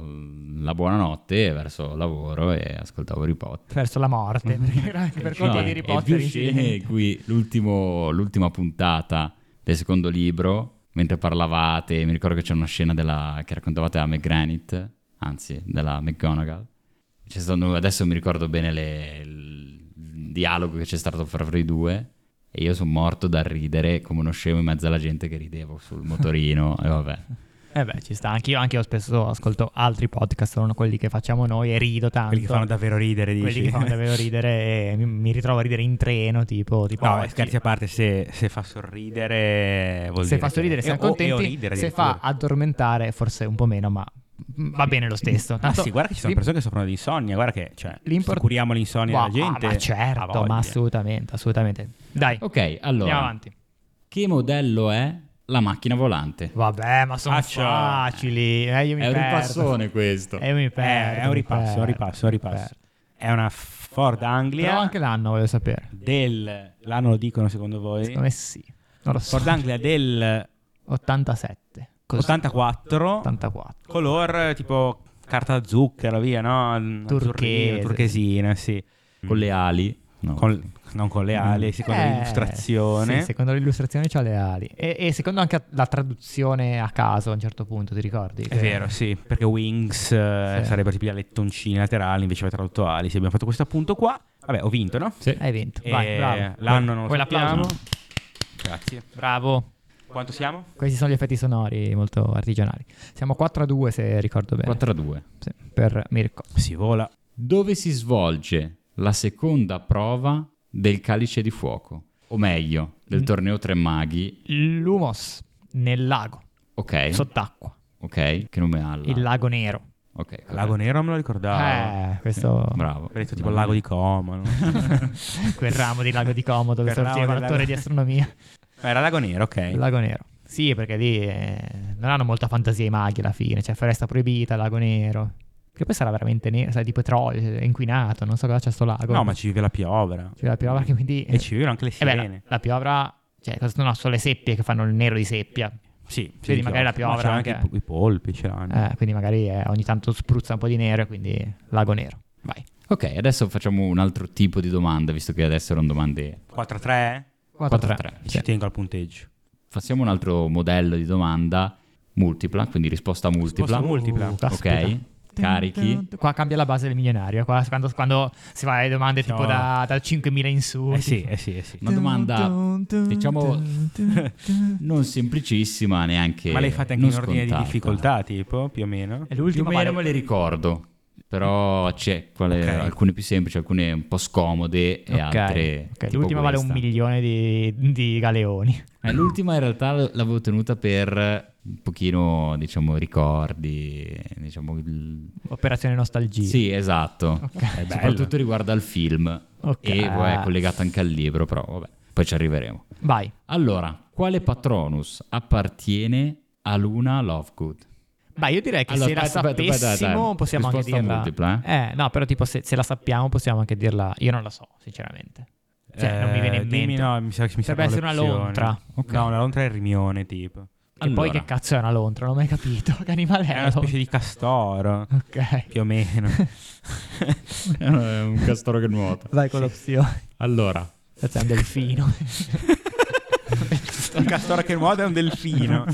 la buonanotte, verso il lavoro e ascoltavo Harry Potter. Verso la morte. perché era- per colpa Eh, No, di e Harry più Potter. scene incidenti. in cui l'ultimo- l'ultima puntata del secondo libro, mentre parlavate, mi ricordo che c'è una scena della- che raccontavate a McGranit, anzi, della McGonagall. C'è stato- adesso mi ricordo bene le- il dialogo che c'è stato fra voi due. E io sono morto da ridere come uno scemo in mezzo alla gente che ridevo sul motorino. e vabbè. Eh beh, ci sta. Anch'io, anch'io spesso ascolto altri podcast, non quelli che facciamo noi, e rido tanto. Quelli che fanno davvero ridere, dici. Quelli che fanno davvero ridere e mi, mi ritrovo a ridere in treno, tipo... tipo "Oh, No, oggi. scherzi a parte, se, se fa sorridere vuol Se dire fa sorridere che- siamo o- e o contenti, ridere se addirittura. Ah, fa addormentare forse un po' meno, ma va bene lo stesso. Ah Tanto sì, guarda che ci sono l'im- persone che soffrono di insonnia, guarda che cioè, l'import- se curiamo l'insonnia Wow, della gente. ah, ma ha certo, voglia. ma assolutamente, assolutamente. Dai, Ok, andiamo allora, avanti. che modello è la macchina volante? Vabbè, ma sono Faccio- facili. Eh, io mi È un perdo. ripassone questo. Eh, io mi perdo, Eh, è un mi ripasso, un perdo, ripasso, un mi ripasso. perdo. È una Ford Anglia Però anche l'anno voglio sapere. del... L'anno lo dicono secondo voi? Secondo me sì. Non lo so. Ford Anglia del 87. Così. 84, 84. color eh, tipo carta da zucchero, via, no? Azzurrino, Turchese. turchesina, sì. Con le ali. No. Con- non con le ali, secondo Eh, l'illustrazione. sì, secondo l'illustrazione c'ha le ali. E, e secondo anche la traduzione a caso a un certo punto, ti ricordi? È vero, sì, perché wings eh, Sì. sarebbe tipo la lettoncina laterale, invece aveva tradotto ali. Sì, abbiamo fatto questo appunto qua. Vabbè, ho vinto, no? Sì. Hai vinto. E Vai, bravo. L'anno non lo Vuoi l'applauso? sappiamo. Grazie. Bravo. Quanto siamo? Questi sono gli effetti sonori molto artigianali. Siamo 4 a 2 se ricordo bene. 4 a 2. Sì, per Mirko. Si vola. Dove si svolge la seconda prova del calice di fuoco? O meglio, del Mm. torneo Tre Maghi. Lumos nel lago, Ok. Eh? sott'acqua, Ah. ok. Che nome ha? la- il lago nero. Ok. corretto. Lago Nero non me lo ricordavo. Eh, questo Bravo. Ho detto tipo il lago di Como. no? quel ramo di lago di Comodo che Quel ramo sorgeva del l'attore lago- Eh. di astronomia, Ma Era Lago Nero, ok. il lago nero. Sì, perché lì eh, non hanno molta fantasia i maghi alla fine, cioè foresta proibita, lago nero. Che poi sarà veramente nero, sai, di petrolio, cioè, è inquinato, non so cosa c'è sto lago. No, ma ci vive la piovra. C'è la piovra che quindi E ci vivono anche le Eh beh, la, sirene. la piovra, cioè, cosa sono solo le seppie che fanno il nero di seppia. Sì, sì, Vedi, chiaro. magari la piovra Ma c'erano anche, anche- i- i polpi, ce l'hanno. Eh, quindi magari eh, ogni tanto spruzza un po' di nero e quindi lago nero. Vai. Ok, adesso facciamo un altro tipo di domanda, visto che adesso erano domande... 4 a 3? 4 4-3. a 3. Ci tengo al punteggio. Facciamo un altro modello di domanda multipla, quindi risposta multipla. Risposta multipla. Ok. Carichi. Qua cambia la base del milionario. Qua quando, quando si fa le domande Siamo- tipo da, dal 5.000 in su. Eh sì, tipo- eh sì, eh sì. Una domanda, diciamo, non semplicissima neanche. Ma le fate anche non in ordine di scontata. difficoltà, tipo, più o meno? È Più o l'ultima meno vale- me le ricordo. Però c'è quale- Ok. alcune più semplici, alcune un po' scomode e Ok, altre... ok, tipo L'ultima vale un questa. milione di, di galeoni. Eh, l'ultima in realtà l- l'avevo tenuta per un pochino, diciamo, ricordi, diciamo... il- Operazione nostalgia. Sì, esatto. Ok. Eh, soprattutto riguarda al film Ok. e poi è collegato anche al libro, però vabbè, poi ci arriveremo. Vai. Allora, quale patronus appartiene a Luna Lovegood? Beh, io direi che Allora, se la aspetta, aspetta, sapessimo aspetta, aspetta. possiamo anche Risposta dirla. multipla, Eh, no, però tipo se, se la sappiamo possiamo anche dirla. Io non la so, sinceramente. Cioè, non mi viene in Eh, dimmi, mente. no, mi sa che mi Potrebbe servono essere le una opzioni. lontra. Ok. No, una lontra è il rimione, tipo. E poi che cazzo è una lontra? Non ho mai capito. Che animale è? È la una specie di castoro, lontra? Eh, Ok. più o meno. È Eh, un castoro che nuota. Vai con l'opzione. Allora, Cazzo, è un delfino. un castoro che nuota è un delfino.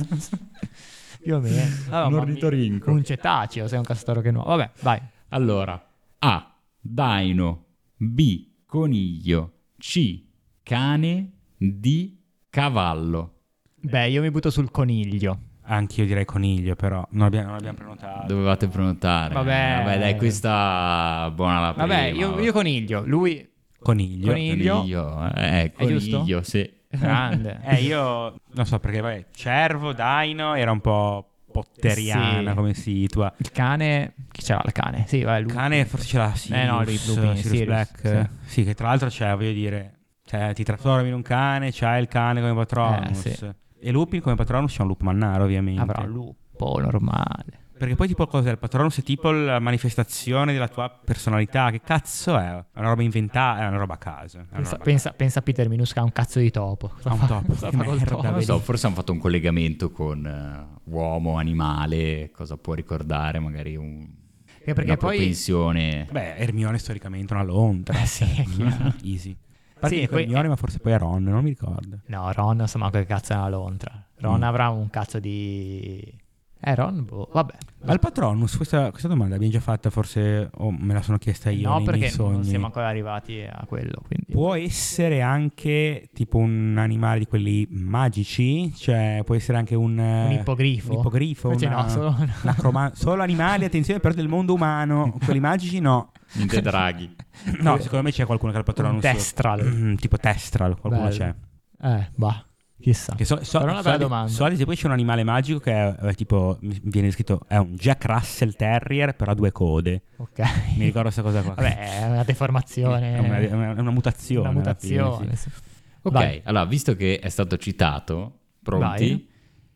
Più o meno. Ah, Vabbè, Un ma- ornitorinco. Un cetaceo, sei un castoro che nuova. Vabbè, vai. allora, A. Daino. B. Coniglio. C. Cane. D. Cavallo. Beh, io mi butto sul coniglio. Anch'io direi coniglio, però. Non abbiamo, non abbiamo prenotato. Dovevate prenotare. Eh, Vabbè. dai, questa buona la prima. Vabbè, io, io coniglio. Lui, Coniglio. Coniglio. Coniglio, eh, giusto? Ah, coniglio, sì. grande. Eh, io non so perché, vabbè, cervo, daino, era un po' potteriana Sì. come situa. Il cane... Chi c'era il cane? Sì, vabbè, lui. Il cane forse ce l'ha Sirius, Eh no, lui, Lupin, Sirius Sirius, Black. eh. sì. Sì. che tra l'altro c'è, voglio dire, cioè, ti trasformi in un cane, c'hai il cane come patronus. Eh, sì. E Lupin come patronus c'è un lup mannaro, ovviamente. Ah, però lupo normale. Perché poi tipo cos'è? Il patronus è tipo la manifestazione della tua personalità. Che cazzo è? È una roba inventata, è una roba a caso. È una Pensa, roba a pensa, pensa a Peter Minus che ha un cazzo di topo. Cosa Ha un fa- topo, cosa che fa col merda, topo? Non lo so, forse hanno fatto un collegamento con eh, uomo, animale, cosa può ricordare magari un, Che perché una poi- propensione. caso. Beh, Hermione è storicamente una lontra. Mm, Eh, sì, è chiaro. Easy. Sì, Sì, poi- Hermione, ma forse poi è Ron, non mi ricordo. No, Ron, insomma, che cazzo è una lontra. Ron Mm. avrà un cazzo di... Eh, Ron, boh, vabbè. Ma il patronus, questa, questa domanda l'abbiamo già fatta, forse o me la sono chiesta io. no, nei miei perché non sogni. siamo ancora arrivati a quello, quindi... Può essere anche tipo un animale di quelli magici, cioè può essere anche un, Un ippogrifo? eh, Un ippogrifo, Invece una- no, solo... una croma- solo animali, attenzione, però del mondo umano, quelli magici no. Niente draghi. No, secondo me c'è qualcuno che ha il Un patronus. testral. Mm, tipo Testral, qualcuno Bello. c'è. Eh, bah, chissà. Mm. Che so, so, Però è una bella so- domanda. so ad esempio c'è un animale magico che è, è tipo, mi viene scritto, è un Jack Russell Terrier, però ha due code. Ok. Mi ricordo questa cosa qua. Vabbè, è una deformazione. È una, è una- è una mutazione. Una alla fine, mutazione, sì. sì. Ok, Vai. allora, visto che è stato citato, pronti? Vai.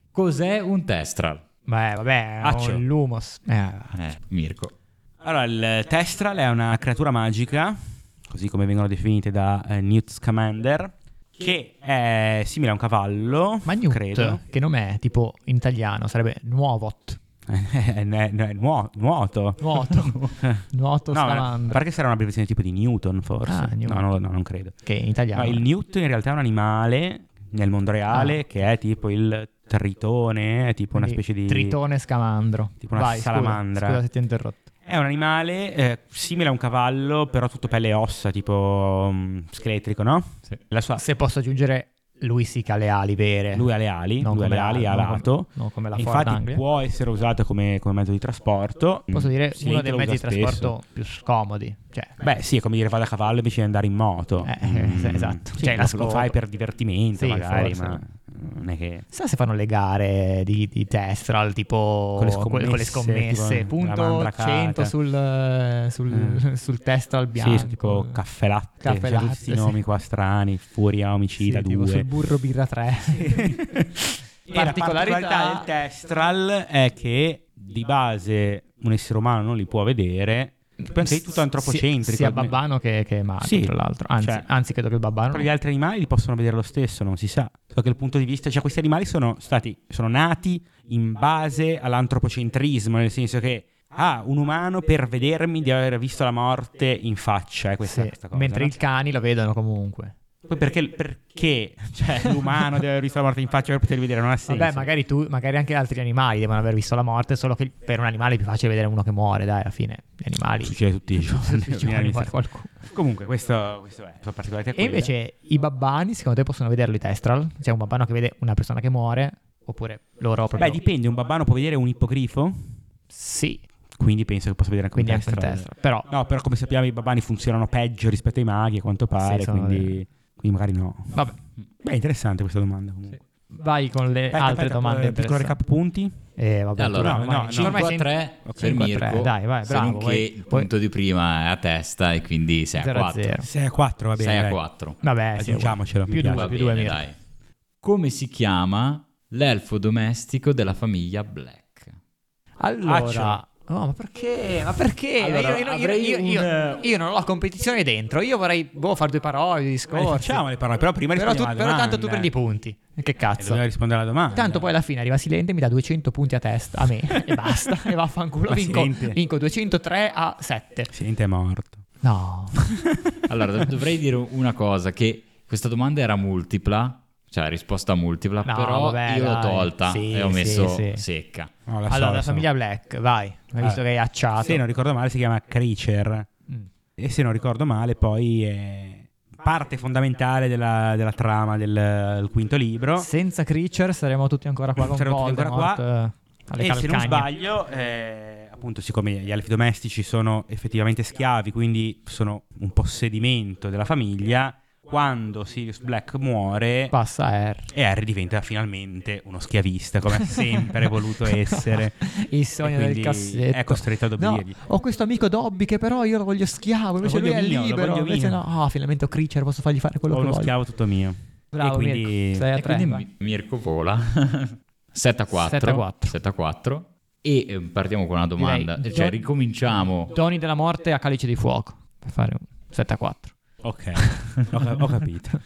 Cos'è un testral? Beh, vabbè, Accio. è un lumos. Eh, Eh, Mirko. Allora, il Testral è una creatura magica, così come vengono definite da eh, Newt Scamander, che è simile a un cavallo, ma Newt, credo. che nome è? Tipo, in italiano sarebbe nuovot. è, è- è nuo- nuoto. Nuoto. Nuoto No, ma- salamandra. perché sarà un'abbreviazione tipo di Newton, forse. Ah, Newton. No, no, no, non credo. Che in italiano... No, il Newt in realtà è un animale nel mondo reale Ah. che è tipo il tritone, è tipo una Quindi, specie di... Tritone scamandro. Tipo una Vai, scusa, salamandra. Scusa, se ti ho interrotto. È un animale eh, simile a un cavallo, però tutto pelle e ossa, tipo mm, scheletrico, no? Sì. La sua... Se posso aggiungere, lui sì che ha le ali vere. Lui ha le ali, Non lui ha come le la- ali, ha non come- lato. non come la Ford Infatti Anglia. può essere usato come, come mezzo di trasporto. Posso Mm, dire sì, uno lo dei usa mezzi di spesso. trasporto più scomodi. Cioè, Beh, sì, è come dire vado a cavallo invece di andare in moto. Mm. Eh, sì, esatto. Sì, Cioè, lo- la lo scopa. fai per divertimento, Sì, magari, forse. ma non è che. Sa se fanno le gare di, di Testral tipo Con le scommesse, Oh, con le scommesse, tipo la punto mandracata. 100 sul, eh, sul, sul Testral bianco. Sì, sono tipo caffè latte, Caffè cioè, latte, tutti questi sì. nomi qua strani, furia Sì, omicida tipo 2. sul burro birra 3. E la particolarità del Testral è che di base un essere umano non li può vedere, perché è tutto antropocentrico. Sia babbano che, che Mago, Sì, tra l'altro. Anzi, cioè- anzi, credo che il babbano Però gli altri animali li possono vedere lo stesso, non si sa. So che il punto di vista, cioè questi animali sono stati, sono nati in base all'antropocentrismo, nel senso che ah, un umano per vedermi deve aver visto la morte in faccia, è questa, Sì, questa cosa. mentre no? i cani lo vedono comunque. Poi perché, perché cioè, l'umano deve aver visto la morte in faccia per poter vedere? Non ha senso. Vabbè, magari tu, magari anche altri animali devono aver visto la morte, solo che per un animale è più facile vedere uno che muore, dai, alla fine. Gli animali. Succede tutti i giorni. Tutti i giorni muore qualcuno. Comunque, questo, questo è. Sono particolari E invece i babbani, secondo te, possono vederlo i testral? C'è un babbano che vede una persona che muore, oppure loro proprio... Beh, dipende, un babbano può vedere un ippogrifo? Sì. Quindi penso che possa vedere anche quindi un anche in test. testa. Però No, però come sappiamo i babani funzionano peggio rispetto ai maghi a quanto pare, sono quindi, quindi magari no. vabbè, Beh, interessante questa domanda comunque. vai con le Aspetta, altre aspetta, domande. eh, Piccolo interessanti. recap punti. Eh, vabbè, Allora, tu no, ormai- no, ci- ormai 5 a sei- 3 per 5 a 3, Mirko, dai, vai, se bravo, non vai. che il punto di prima è a testa e quindi 6 a 0 a 4. 0. 6 a 4, va bene. 6 a dai. 4. Vabbè, sì, Aggiungiamocelo, più mi due, piace. più due, bene, Mirko. dai. Come si chiama l'elfo domestico della famiglia Black? Allora, Accio. no, ma perché? Ma perché? Allora, io, io- avrei io- io- un- eh, io non ho competizione dentro. Io vorrei boh, fare due parole, di Beh, discorsi. facciamo le parole, però prima Però, tu- rispondiamo alla però tanto tu domanda. prendi i punti. Che Eh, cazzo? Dobbiamo rispondere alla domanda. Tanto poi alla fine arriva Silente e mi dà 200 punti a testa a me e basta. E vaffanculo. Ma Vinco, Silente. vinco 203 a 7. Silente è morto. No, Allora, dov- dovrei dire una cosa, che questa domanda era multipla, cioè risposta multipla, No, però vabbè, io l'ho dai. tolta Sì, e ho sì, messo sì. secca. No, la so, allora la la so. famiglia Black, vai. Hai visto Ah. che hai acciato. Se non ricordo male si chiama Creature. Mm. E se non ricordo male poi è parte fondamentale della, della trama del, del quinto libro. Senza Creature saremmo tutti ancora qua con Saremmo Esatto. tutti ancora Voldemort eh, alle e se non calcagne. sbaglio, eh, appunto, siccome gli elfi domestici sono effettivamente schiavi, quindi sono un possedimento della famiglia, quando Sirius Black muore Passa R. e Harry diventa finalmente uno schiavista, come ha sempre voluto essere. Il sogno E del quindi cassetto. È costretto ad No, obbedergli. ho questo amico Dobby che però io lo voglio schiavo, invece voglio lui è mio, lo libero. voglio Invece mio. no, ah, finalmente ho Creature, posso fargli fare quello Ho che uno voglio. schiavo tutto mio. e Bravo, quindi... Mirko. Sei a e tre, quindi vai. Mi- Mirko vola 7 a 4. 7 a 4. 7 a 4. E eh, partiamo con una domanda, Direi- cioè ricominciamo. Doni della morte a calice di fuoco. Per fare un 7 a 4. Ok, ho, cap- ho capito.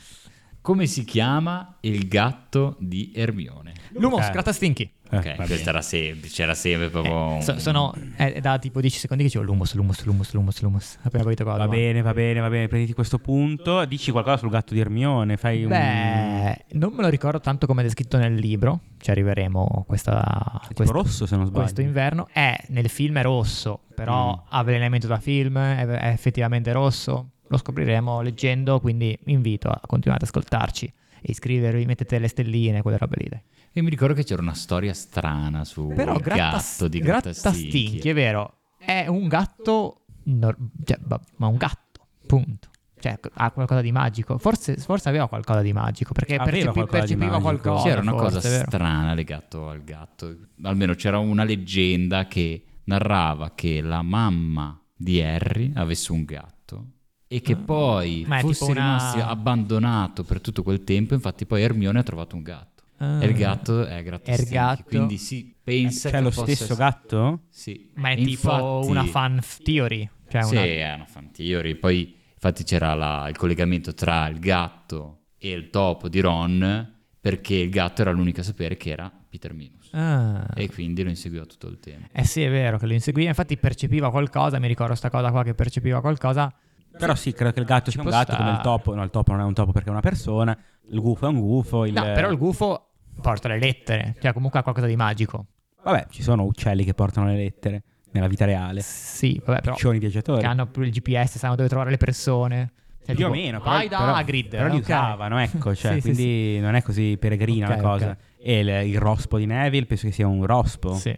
Come si chiama il gatto di Ermione? Lumos, Ok. gratta stinchi. Eh, Ok, va questa bene. era semplice, era sempre proprio... un- Eh, So- sono è da tipo 10 secondi che dicevo Lumos, Lumos, Lumos, Lumos, Lumos. Appena capito qua. la Va domanda. bene, va bene, va bene. Prenditi questo punto. Dici qualcosa sul gatto di Ermione. Fai un... Beh, non me lo ricordo tanto come è descritto nel libro. Ci arriveremo questa, Tipo questo, rosso, se non sbaglio. questo inverno. È nel film è rosso, però Mm. ha avvelenamento da film, è, è effettivamente rosso. Lo scopriremo leggendo, quindi vi invito a continuare ad ascoltarci. E iscrivervi, mettete le stelline, quelle robe lì. dai. E mi ricordo che c'era una storia strana sul Però gatto di Grattastinchi, è vero, è un gatto, nor- cioè, ba- ma un gatto, punto. Cioè, ha qualcosa di magico. Forse, forse aveva qualcosa di magico, perché Aveva percepi- qualcosa di percepiva magico. qualcosa. C'era una forse, cosa è vero. strana legato al gatto. Almeno c'era una leggenda che narrava che la mamma di Harry avesse un gatto e che poi Ah. Ma è tipo fosse una- rimasto abbandonato per tutto quel tempo. Infatti, poi Hermione ha trovato un gatto. Ah. E il gatto è È il gatto. Cioè, Grattastinchi. Quindi si pensa C'è che Cioè, lo possa stesso essere- gatto? Sì. Ma è tipo Infatti- una fan theory. Cioè sì, una- è una fan theory. Poi, infatti, c'era la- il collegamento tra il gatto e il topo di Ron, perché il gatto era l'unico a sapere che era Peter Minus. Ah. E quindi lo inseguiva tutto il tempo. Eh sì, è vero che lo inseguiva. Infatti percepiva qualcosa, mi ricordo sta cosa qua che percepiva qualcosa. Però sì, credo che il gatto sia un può gatto stare. come il topo. No, il topo non è un topo perché è una persona. Il gufo è un gufo. Il... No, però il gufo porta le lettere. Cioè comunque ha qualcosa di magico. Vabbè, ci sono uccelli che portano le lettere nella vita reale. Sì, vabbè, però... Piccioni viaggiatori. che hanno più il GPS, sanno dove trovare le persone. Cioè, Più o tipo, meno, però, Vai da però- Hagrid. però li ok. usavano, ecco, cioè, Sì, sì, quindi non è così peregrina Ok, la cosa. ok. E il, il rospo di Neville penso che sia un rospo, Sì.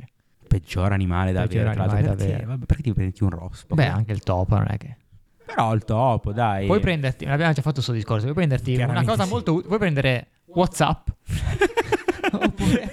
peggior animale da Peggior avere. tra l'altro. animale da perché, avere. vabbè, perché ti prendi un rospo? Beh, anche il topo non è che... Però il topo, dai. Puoi prenderti, l'abbiamo già fatto questo discorso, puoi prenderti una Eh. Chiaramente cosa sì. molto... ut- Puoi prendere Whatsapp. oppure...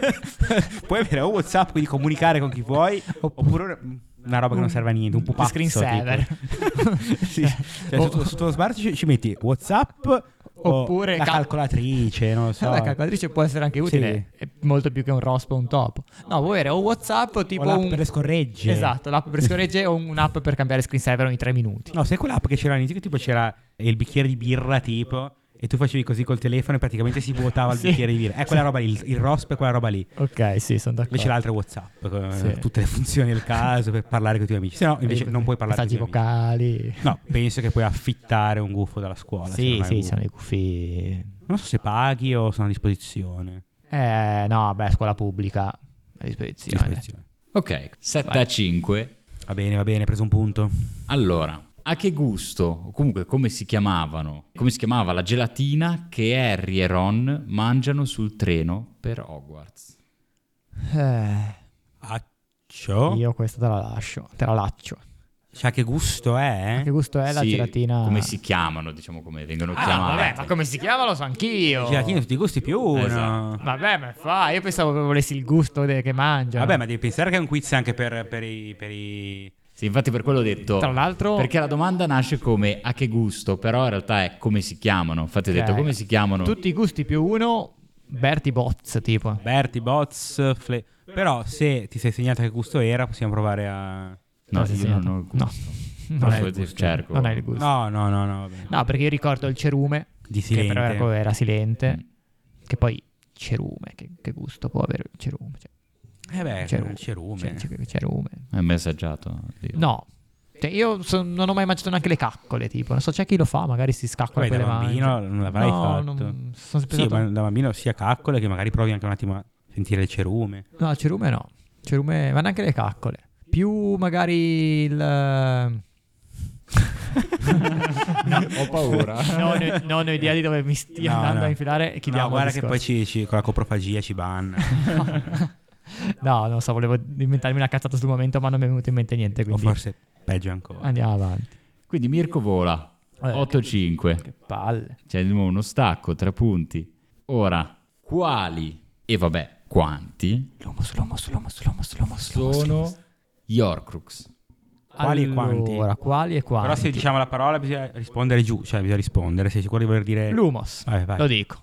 Puoi avere un WhatsApp, quindi comunicare con chi vuoi, oppure una roba che non serve a niente, un pupazzo. screensaver. tipo. sì, cioè, Oh. sul tuo- sul tuo smart ci, ci metti WhatsApp o Oppure la cal- Eh, calcolatrice, non lo so. La calcolatrice può essere anche utile, è molto più che un rospo o un topo. No, vuoi avere o Whatsapp o tipo o l'app un... per le scorregge. Esatto, l'app per scorregge o un'app per cambiare screensaver ogni tre minuti. No, sai quell'app che c'era all'inizio che tipo c'era il bicchiere di birra tipo e tu facevi così col telefono e praticamente si vuotava il Sì. bicchiere di birra. È quella roba lì, il, il ROSP è quella roba lì. Ok, sì, sono d'accordo. Invece l'altra è WhatsApp, con Eh. Sì. Eh, tutte le funzioni del caso per parlare con i tuoi amici. Se no, invece non puoi parlare con i Messaggi tuoi amici. vocali. No, penso che puoi affittare un gufo dalla scuola. se Sì, non hai sì, un sono gufo. dei gufi. Non so se paghi o sono a disposizione. Eh, no, beh, scuola pubblica a A disposizione. disposizione. Ok, 7 a 5. Va bene, va bene, preso un punto. Allora, a che gusto, o comunque come si chiamavano, come si chiamava la gelatina che Harry e Ron mangiano sul treno per Hogwarts? Eh, Accio. Ciao. Io questa te la lascio, te la laccio. Sa Cioè, che gusto è? Che gusto è la Sì, gelatina? Come si chiamano, diciamo come vengono Ah, chiamate. vabbè, ma come si chiama lo so anch'io. Gelatino tutti i gusti più uno. Esatto. Vabbè, ma fa, io pensavo che volessi il gusto de- che mangia. Vabbè, ma devi pensare che è un quiz anche per, per i... Per i... Sì, infatti per quello ho detto. Tra l'altro- Perché la domanda nasce come a che gusto, però in realtà è come si chiamano. Infatti ho detto Ok. come si chiamano. cioè, Tutti i gusti più uno, Berti Boz, tipo. Berti, Bots, Fle... Però se ti sei segnato che gusto era, possiamo provare a... No, Cosa io sei non segnato? ho il gusto. No. Non hai il so, gusto. cerco. Non hai il gusto. No, no, no, no, vabbè. No, perché io ricordo il cerume, Di che però era, silente. era silente, Mm. che poi cerume, che, che gusto può avere il cerume? Cioè, Eh beh, cerume. c'è cerume. Cioè, c'è- cerume. Hai mai assaggiato? Dio. No. Cioè, io so- non ho mai mangiato neanche le caccole, tipo. Non so, c'è chi lo fa, magari si Poi scaccola con da le bambino mani. non l'avrai no, fatto. Non, sono sempre Sì, stato- ma da bambino sia caccole che magari provi anche un attimo a sentire il cerume. No, cerume no. Cerume, ma neanche le caccole. Più magari il... eh, Ho paura. non, non ho idea di dove mi stia No, andando no. a infilare e no, chiudiamo guarda il che discorso. poi ci, ci- con la coprofagia ci banna. No, non so, volevo inventarmi una cazzata sul momento, ma non mi è venuto in mente niente, o quindi forse peggio ancora. andiamo avanti. Quindi Mirko vola. Eh, 8-5. Che palle. C'è di nuovo uno stacco, tre punti. Ora, quali e vabbè, quanti L'uomo l'uomo l'uomo l'uomo l'uomo sono gli Horcrux? Quali e quanti? Allora, quali e quanti? Però se diciamo la parola bisogna rispondere giù, cioè bisogna rispondere, sei sicuro di voler dire... Lumos, Vai, vai. lo dico.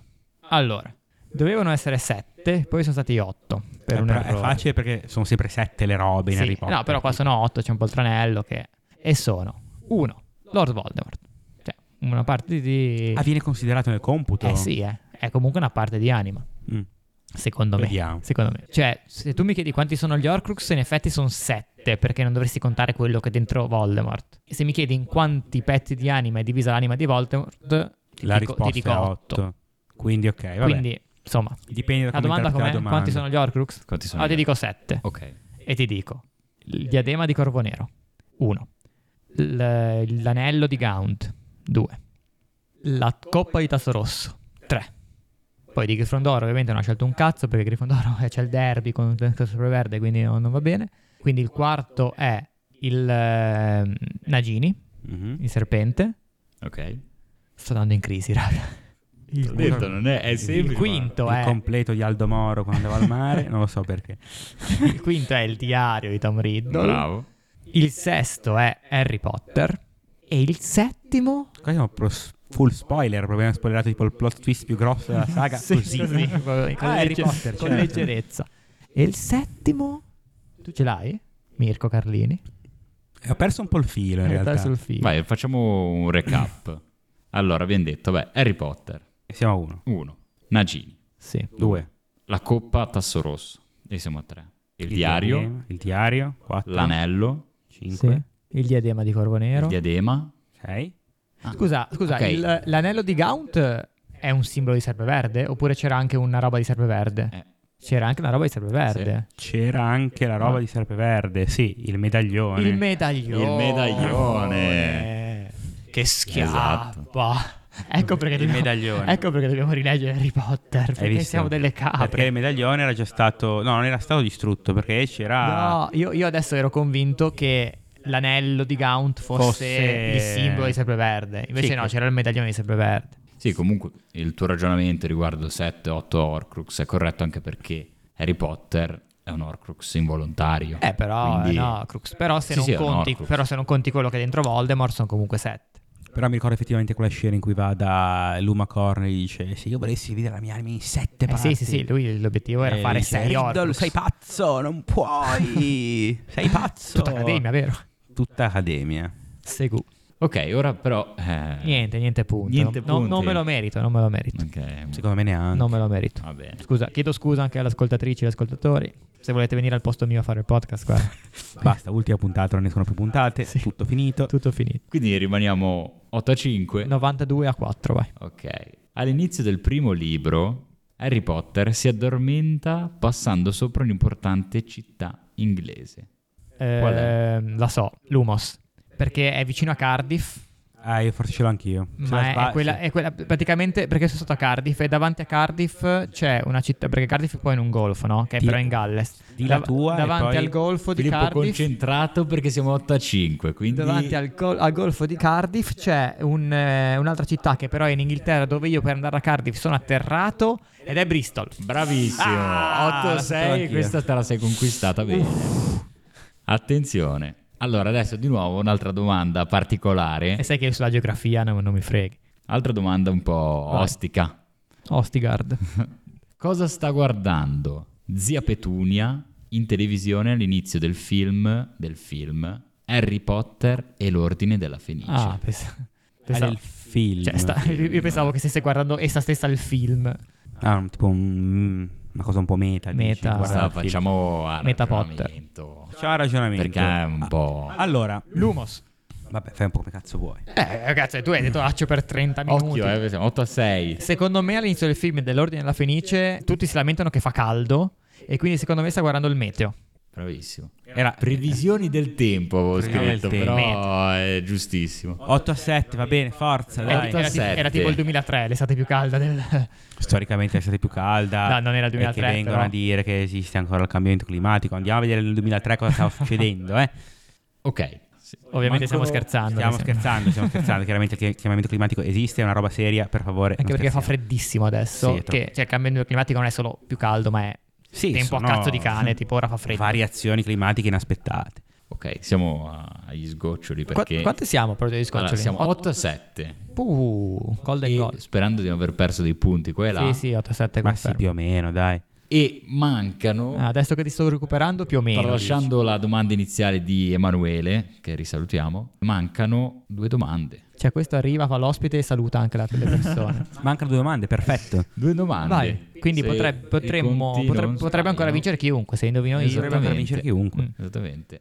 Allora, dovevano essere sette, poi sono stati otto per Eh, un però errore. è facile perché sono sempre sette le robe in Sì, Harry Potter. No, però qua sono otto, c'è un poltronello che... E sono uno, Lord Voldemort. Cioè, una parte di... Ah, viene considerato nel computo? Eh sì, eh. è comunque una parte di anima, Mm. secondo Vediamo. me. Secondo me. Cioè, se tu mi chiedi quanti sono gli Horcrux, in effetti sono sette, perché non dovresti contare quello che è dentro Voldemort. E se mi chiedi in quanti pezzi di anima è divisa l'anima di Voldemort, ti, La dico, risposta ti dico è otto. 8. Quindi ok, vabbè. Quindi, insomma, Dipende da la come domanda tratti com'è? la domanda. Quanti sono gli Horcrux? Quanti sono Ah, gli ti dico sette. Ok. E ti dico, il diadema di Corvo Nero, 1. L'anello di Gaunt, 2. La coppa di Tasso Rosso, 3. Poi di Grifondoro ovviamente non ha scelto un cazzo perché Grifondoro eh, c'è il derby con il Verde, quindi non, non va bene. Quindi il quarto è il ehm, Nagini, Mhm. il serpente. Ok. Sto andando in crisi, raga. Ho detto, non è, è Il semplice. quinto, Il è, completo di Aldo Moro quando va al mare, non lo so perché. il quinto è il diario di Tom Riddle. Bravo. Il sesto è Harry Potter. E il settimo. Qua siamo pro- full spoiler, proprio abbiamo spoilerato tipo il plot twist più grosso della saga. così. così, proprio con, Ah, Harry legge- Potter, certo. con leggerezza. E il settimo. Tu ce l'hai? Mirko Carlini. E Ho perso un po' il filo in Eh, realtà. dai, sul film. Vai, facciamo un recap. Allora, abbiamo detto, beh, Harry Potter, E Siamo a uno. 1. Nagini. Sì. Due. La coppa a tasso rosso. E siamo a 3. Il, diario, diadema, Il diario. Quattro. l'anello, Sì. Cinque. Il diadema di Corvo Nero. il diadema. Ah, Sei. Scusa, scusa Ok. il- l'anello di Gaunt è un simbolo di Serpeverde? Oppure c'era anche una roba di Serpeverde? Eh, C'era anche una roba di Serpeverde. C'era anche la roba di Serpeverde. Sì, il medaglione. Ah. Il medaglione. Il medaglione. Che schiappa. Esatto. Ecco Esatto. perché Il dobbiamo, medaglione. Ecco perché dobbiamo rileggere Harry Potter. Perché visto? siamo delle Perché il capre. medaglione era già stato... No, non era stato distrutto perché c'era... No, io, io adesso ero convinto che l'anello di Gaunt fosse, Fosse- il simbolo di Serpeverde. Invece Sì, no, che- c'era il medaglione di Serpeverde. Sì, comunque il tuo ragionamento riguardo 7-8 Horcrux è corretto anche perché Harry Potter è un Horcrux involontario. Eh, però, Quindi- no, Crux. Però se, Sì, non sì, è un conti, Horcrux. però se non conti quello che è dentro Voldemort, sono comunque sette. Però mi ricordo effettivamente quella scena in cui va da Luma Corn e gli dice se io volessi dividere la mia anima in sette Eh, parti... sì, sì, sì, lui l'obiettivo era Eh, fare dice, sei Riddle, Horcrux. sei pazzo, non puoi. sei pazzo. Tutta accademia, vero? Tutta accademia. Segu. Ok, ora però... eh, Niente, niente punto. Niente No- punti. Non me lo merito, non me lo merito. Ok, Secondo me neanche. Non me lo merito. va bene. Scusa, chiedo scusa anche alle ascoltatrici e agli ascoltatori. Se volete venire al posto mio a fare il podcast, guarda, Basta, ultima puntata, non ne sono più puntate. Sì. Tutto finito. tutto finito. Quindi rimaniamo 8-5. 92 a 4, vai. Ok. All'inizio del primo libro, Harry Potter si addormenta passando sopra un'importante città inglese. Ehm, Qual è? La so, Lumos. Perché è vicino a Cardiff. Ah, io forse ce l'ho anch'io. Ce la Ma è- sba- è, quella, eh, sì. è quella- praticamente perché sono stato a Cardiff e davanti a Cardiff c'è una città, perché Cardiff è poi in un golfo, no? Che è Di- però in Galles. di la tua e davanti poi- al golfo di Filippo Cardiff. concentrato perché siamo 8 a 5, quindi Davanti al, gol- al golfo di Cardiff c'è un, eh, un'altra città che però è in Inghilterra dove io per andare a Cardiff sono atterrato ed è Bristol. Bravissimo, Ah, 8 a la so 6, anch'io. questa te la sei conquistata bene. Attenzione. Allora, adesso di nuovo un'altra domanda particolare, E Eh, sai che io sulla geografia non, non mi freghi. altra domanda un po' ostica. Ostigard. Cosa sta guardando zia Petunia in televisione all'inizio del film, del film Harry Potter e l'ordine della Fenice? ah, pensa- Ah, pensavo... del Cioè, film. cioè, sta- io pensavo che stesse guardando essa stessa il film. Ah, un- tipo un- una cosa un po' meta. dici, Meta. guarda Questa il film. facciamo a Meta Potter. ragionamento, Facciamo un ragionamento. Perché è un po'... Ah, Allora, Lumos. vabbè, fai un po' come cazzo vuoi. Eh, ragazzi, tu hai detto accio per 30 minuti. Occhio, eh, siamo 8 a 6. Secondo me all'inizio del film dell'Ordine della Fenice tutti si lamentano che fa caldo e quindi secondo me sta guardando il meteo. Bravissimo. Era Previsioni del tempo avevo Previsioni scritto, del tempo. però è giustissimo. 8 a 7, va bene, forza, dai. Era, tipo, era tipo il 2003, l'estate più calda del... Storicamente è stata più calda. No, non era il e 2003, Che vengono però. a dire che esiste ancora il cambiamento climatico. Andiamo a vedere nel 2003 cosa stava succedendo, eh. Ok. Sì. Manco- Ovviamente stiamo scherzando. Stiamo adesso. scherzando, stiamo scherzando. Chiaramente il cambiamento climatico esiste, è una roba seria, per favore. Anche non perché fa scherziamo. freddissimo adesso. Sì, è che, cioè, il cambiamento climatico non è solo più caldo, ma è Sì, tempo sono a cazzo di cane. Tipo, ora fa freddo. Variazioni climatiche inaspettate. Ok, siamo a- agli sgoccioli Qua- perché... quante siamo per gli Allora, scoccioli? siamo Otto- 8 a 7. Uh, gol del E gol. sperando di non aver perso dei punti qua e Sì, là. sì, 8-7 Ma sì, più o meno, dai. E mancano, Ah, adesso che ti sto recuperando più o meno. tralasciando la domanda iniziale di Emanuele, che risalutiamo, mancano due domande. Cioè, questo arriva, fa l'ospite e saluta anche la- le persone. Mancano due domande, perfetto. Due domande. Vai. Quindi Se potrebbe, i potremmo, conti potre- non Esatto. potrebbe ancora sbagliano- vincere chiunque, se indovino io. Potrebbe ancora vincere chiunque. Mm. Esattamente.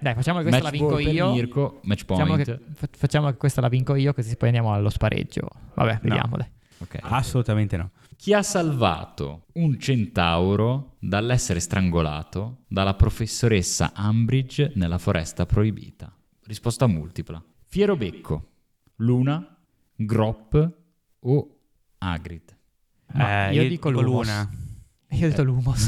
Dai, facciamo che questa Match la vinco ball per io. Mirko, match Facciamo point. che, fa- facciamo che questa la vinco io, così poi andiamo allo spareggio. Vabbè, vediamo. dai. Ok. Assolutamente no. Chi ha salvato un centauro dall'essere strangolato dalla professoressa Ambridge nella foresta proibita? Risposta multipla. Fiero Becco, Luna, Gropp o Agrid? Ma Eh, io dico Lumos. Io ho Eh. detto Lumos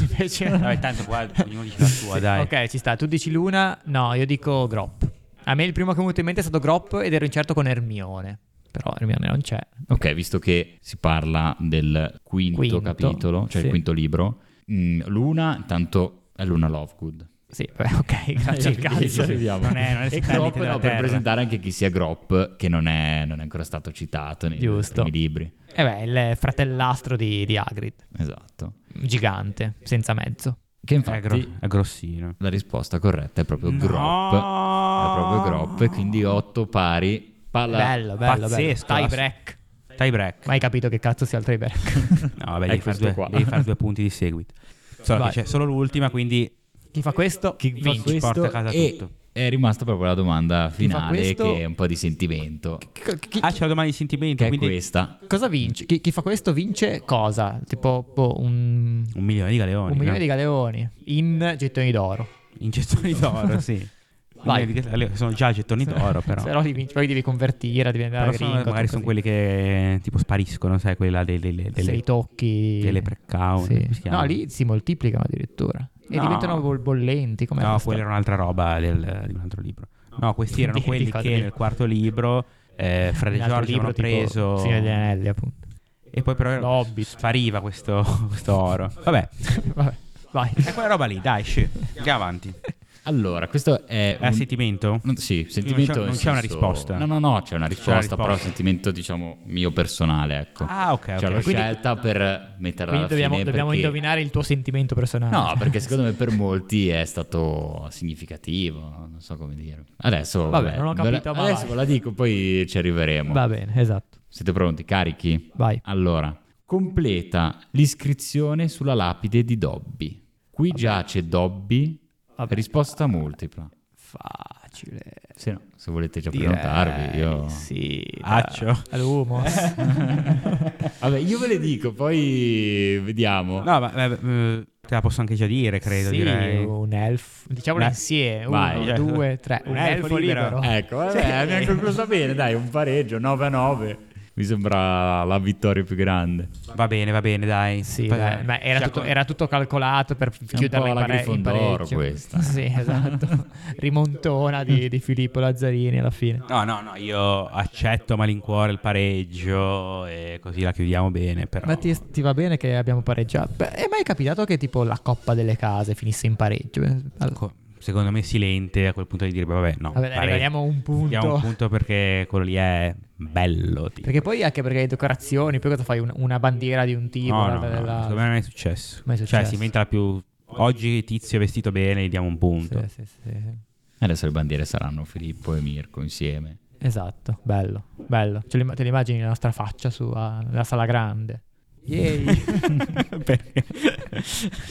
invece. Vabbè, tanto qua ognuno dice la sua, dai. Cioè, Ok, ci sta. Tu dici Luna, no, io dico Gropp. A me il primo che mi è venuto in mente è stato Gropp ed ero incerto con Ermione. Però Ermione non c'è. Ok, visto che si parla del quinto, Quinto, capitolo, cioè sì. il quinto libro, mm, Luna, intanto è Luna Lovegood. Sì, beh, ok, grazie al cazzo. Non è- non è e satellite Gropp, della no, per Terra. presentare anche chi sia Gropp, che non è, non è ancora stato citato nei Giusto. primi libri. Eh beh, il fratellastro di, di Hagrid. Esatto. Gigante, senza mezzo. Che È, infatti gro- è grossino. la risposta corretta è proprio No. Gropp. È proprio Gropp, e quindi 8 pari. Palla. bello, bello, pazzesco, bello. Tie ass- break. Tie break. Ma hai capito che cazzo sia il tie break? No, vabbè, È devi fare, questo due, qua. devi fare due punti di seguito. Solo che Vai. c'è solo l'ultima, quindi Chi fa questo Chi fa vince. questo porta a casa e tutto. È rimasta proprio la domanda finale questo- che è un po' di sentimento, Chi- chi- Ah, c'è la domanda di sentimento, che è quindi questa. cosa vince? Chi, chi fa questo vince cosa? Tipo boh, un, un milione di un galeoni. milione no? di galeoni in gettoni d'oro. In gettoni d'oro, sì. Un Vai. milione di galeoni, Sono già gettoni d'oro, però. Se no li vinci, poi li devi convertire, diventare Però sono- gringo. magari sono quelli che tipo spariscono, sai, quelli là delle, delle, Se delle, li tocchi... delle precaunt, Sì. come si chiama? No, lì si moltiplicano addirittura. E No. diventano bol- bollenti. Come No, quella era un'altra roba del- di un altro libro. No, questi erano Di- quelli di cosa che di- nel quarto libro eh, Frate Giorgio libro hanno preso Signore degli Anelli, appunto. e poi però L'Hobbit. spariva questo, questo oro. Vabbè, Vabbè, vai. è quella roba lì, dai, sci. Andiamo avanti. Allora, questo è È un... a sentimento? non- sì, sentimento Eh, Non c'è- nel non c'è una senso- risposta. No, no, no, c'è una risposta, però risposta. sentimento diciamo mio personale, ecco. Ah, ok, Cioè, ok. l'ho Quindi- scelta per metterla Quindi alla dobbiamo, fine dobbiamo perché- indovinare il tuo sentimento personale. No, perché secondo me per molti è stato significativo, non so come dire. Adesso, Vabbè, non ho ve la- capito, ma adesso vai. ve la dico, poi ci arriveremo. Va bene, esatto. Siete pronti? Carichi? Vai. Allora, completa l'iscrizione sulla lapide di Dobby. Qui giace Dobby, risposta multipla. facile. Sì, no, se volete già Direi, prenotarvi, io... eh, Sì. Accio. All'humos. Vabbè, io ve le dico, poi vediamo. No, ma eh, eh, te la posso anche già dire, credo, sì, oh. direi. un elfo. Diciamolo Beh, insieme. vai. Uno, Cioè, due, tre. Un, elfo, libero. Eh, Ecco, vabbè, abbiamo concluso bene, dai, un pareggio, 9 a 9. Mi sembra la vittoria più grande. Va bene, va bene, dai. Sì, Poi- dai, ma era, Cioè, tutto, co- era tutto calcolato per chiuderla po' in, la pare- in Grifondoro pareggio. questa. Sì, esatto. Rimontona di, di Filippo Lazzarini alla fine. No, no, no, io accetto a malincuore il pareggio e così la chiudiamo bene, però... Ma ti, ti va bene che abbiamo pareggiato? Beh, è mai capitato che tipo la Coppa delle Case finisse in pareggio? Eh, al- Co- Secondo me silente a quel punto di dire, beh, vabbè, no. Vabbè, dai, pareggio. regaliamo un punto. Diamo un punto perché quello lì è bello. Tipo. Perché poi anche perché le decorazioni, poi cosa fai? Un- una bandiera di un tipo? No, la- no, no, la- la- secondo me non è successo. Ma è Cioè, successo. si inventa la più... Oggi tizio è vestito bene, gli diamo un punto. Sì, sì, sì, sì. Adesso le bandiere saranno Filippo e Mirko insieme. Esatto, bello, bello. Ce li- te li immagini la nostra faccia sulla sala grande? Bene.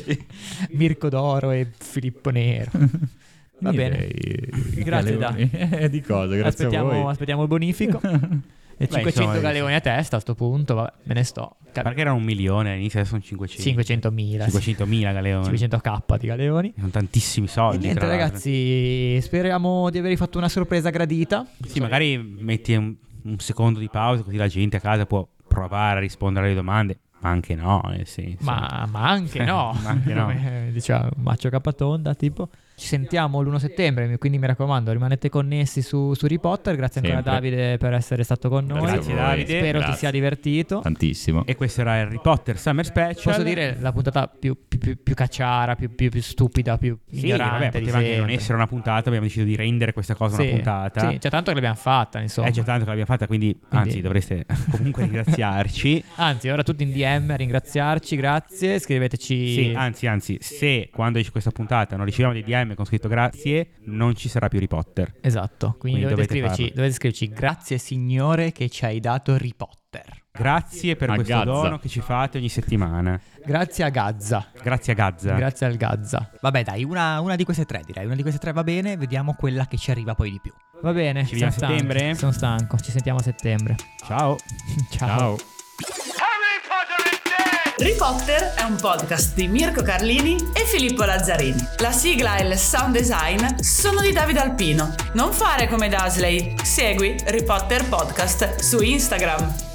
Mirko D'Oro e Filippo Nero. Va bene. Direi- Grazie, Galeoni. di cosa? Grazie a Aspettiamo, voi. aspettiamo il bonifico. E 500 insomma, galeoni a testa a sto punto, vabbè, me ne sto. Ca- Perché era un milione all'inizio, adesso sono 500. 500.000, 500.000 galeoni. 500k di galeoni. Sono tantissimi E soldi. niente tra l'altro. ragazzi, speriamo di avervi fatto una sorpresa gradita. Sì, magari metti un, un secondo di pausa così la gente a casa può provare a rispondere alle domande, ma anche no, nel senso. Ma, ma anche no, Ma anche no. Come diceva Maccio Capatonda, tipo. Ci sentiamo l'1 settembre, quindi mi raccomando, rimanete connessi su, su Harry Potter. Grazie ancora a Sempre. Davide per essere stato con noi. Grazie a voi. Spero Grazie. ti sia divertito. Tantissimo. E questo era Harry Potter Summer Special. Posso dire la puntata più, più- più- più cacciara, più, più- più stupida, più Sì, vabbè, ignorante di poteva anche non sempre. essere una puntata, abbiamo deciso di rendere questa cosa Sì, una puntata. Sì, già tanto che l'abbiamo fatta, insomma. È già tanto che l'abbiamo fatta, quindi, anzi Quindi- dovreste comunque ringraziarci. Anzi, ora tutti in DM a ringraziarci, grazie, scriveteci. Sì, anzi, anzi, se quando esce questa puntata non riceviamo dei DM con scritto grazie, non ci sarà più Harry Potter. Esatto, Quindi quindi, dovete, dovete scriverci, farlo. dovete scriverci grazie signore che ci hai dato Harry Potter. Grazie per A questo Gazza. dono che ci fate ogni settimana. Grazie a Gazza. Grazie a Gazza. Grazie al Gazza. Vabbè, dai, una, una di queste tre, direi. Una di queste tre va bene, vediamo quella che ci arriva poi di più. Va bene, Ci vediamo a sono stanco, settembre? Sono stanco, ci sentiamo a settembre. Ciao. Ciao. Harry Potter is dead! Harry Potter è un podcast di Mirko Carlini e Filippo Lazzarini. La sigla e il sound design sono di Davide Alpino. Non fare come Dasley. Segui Harry Potter Podcast su Instagram.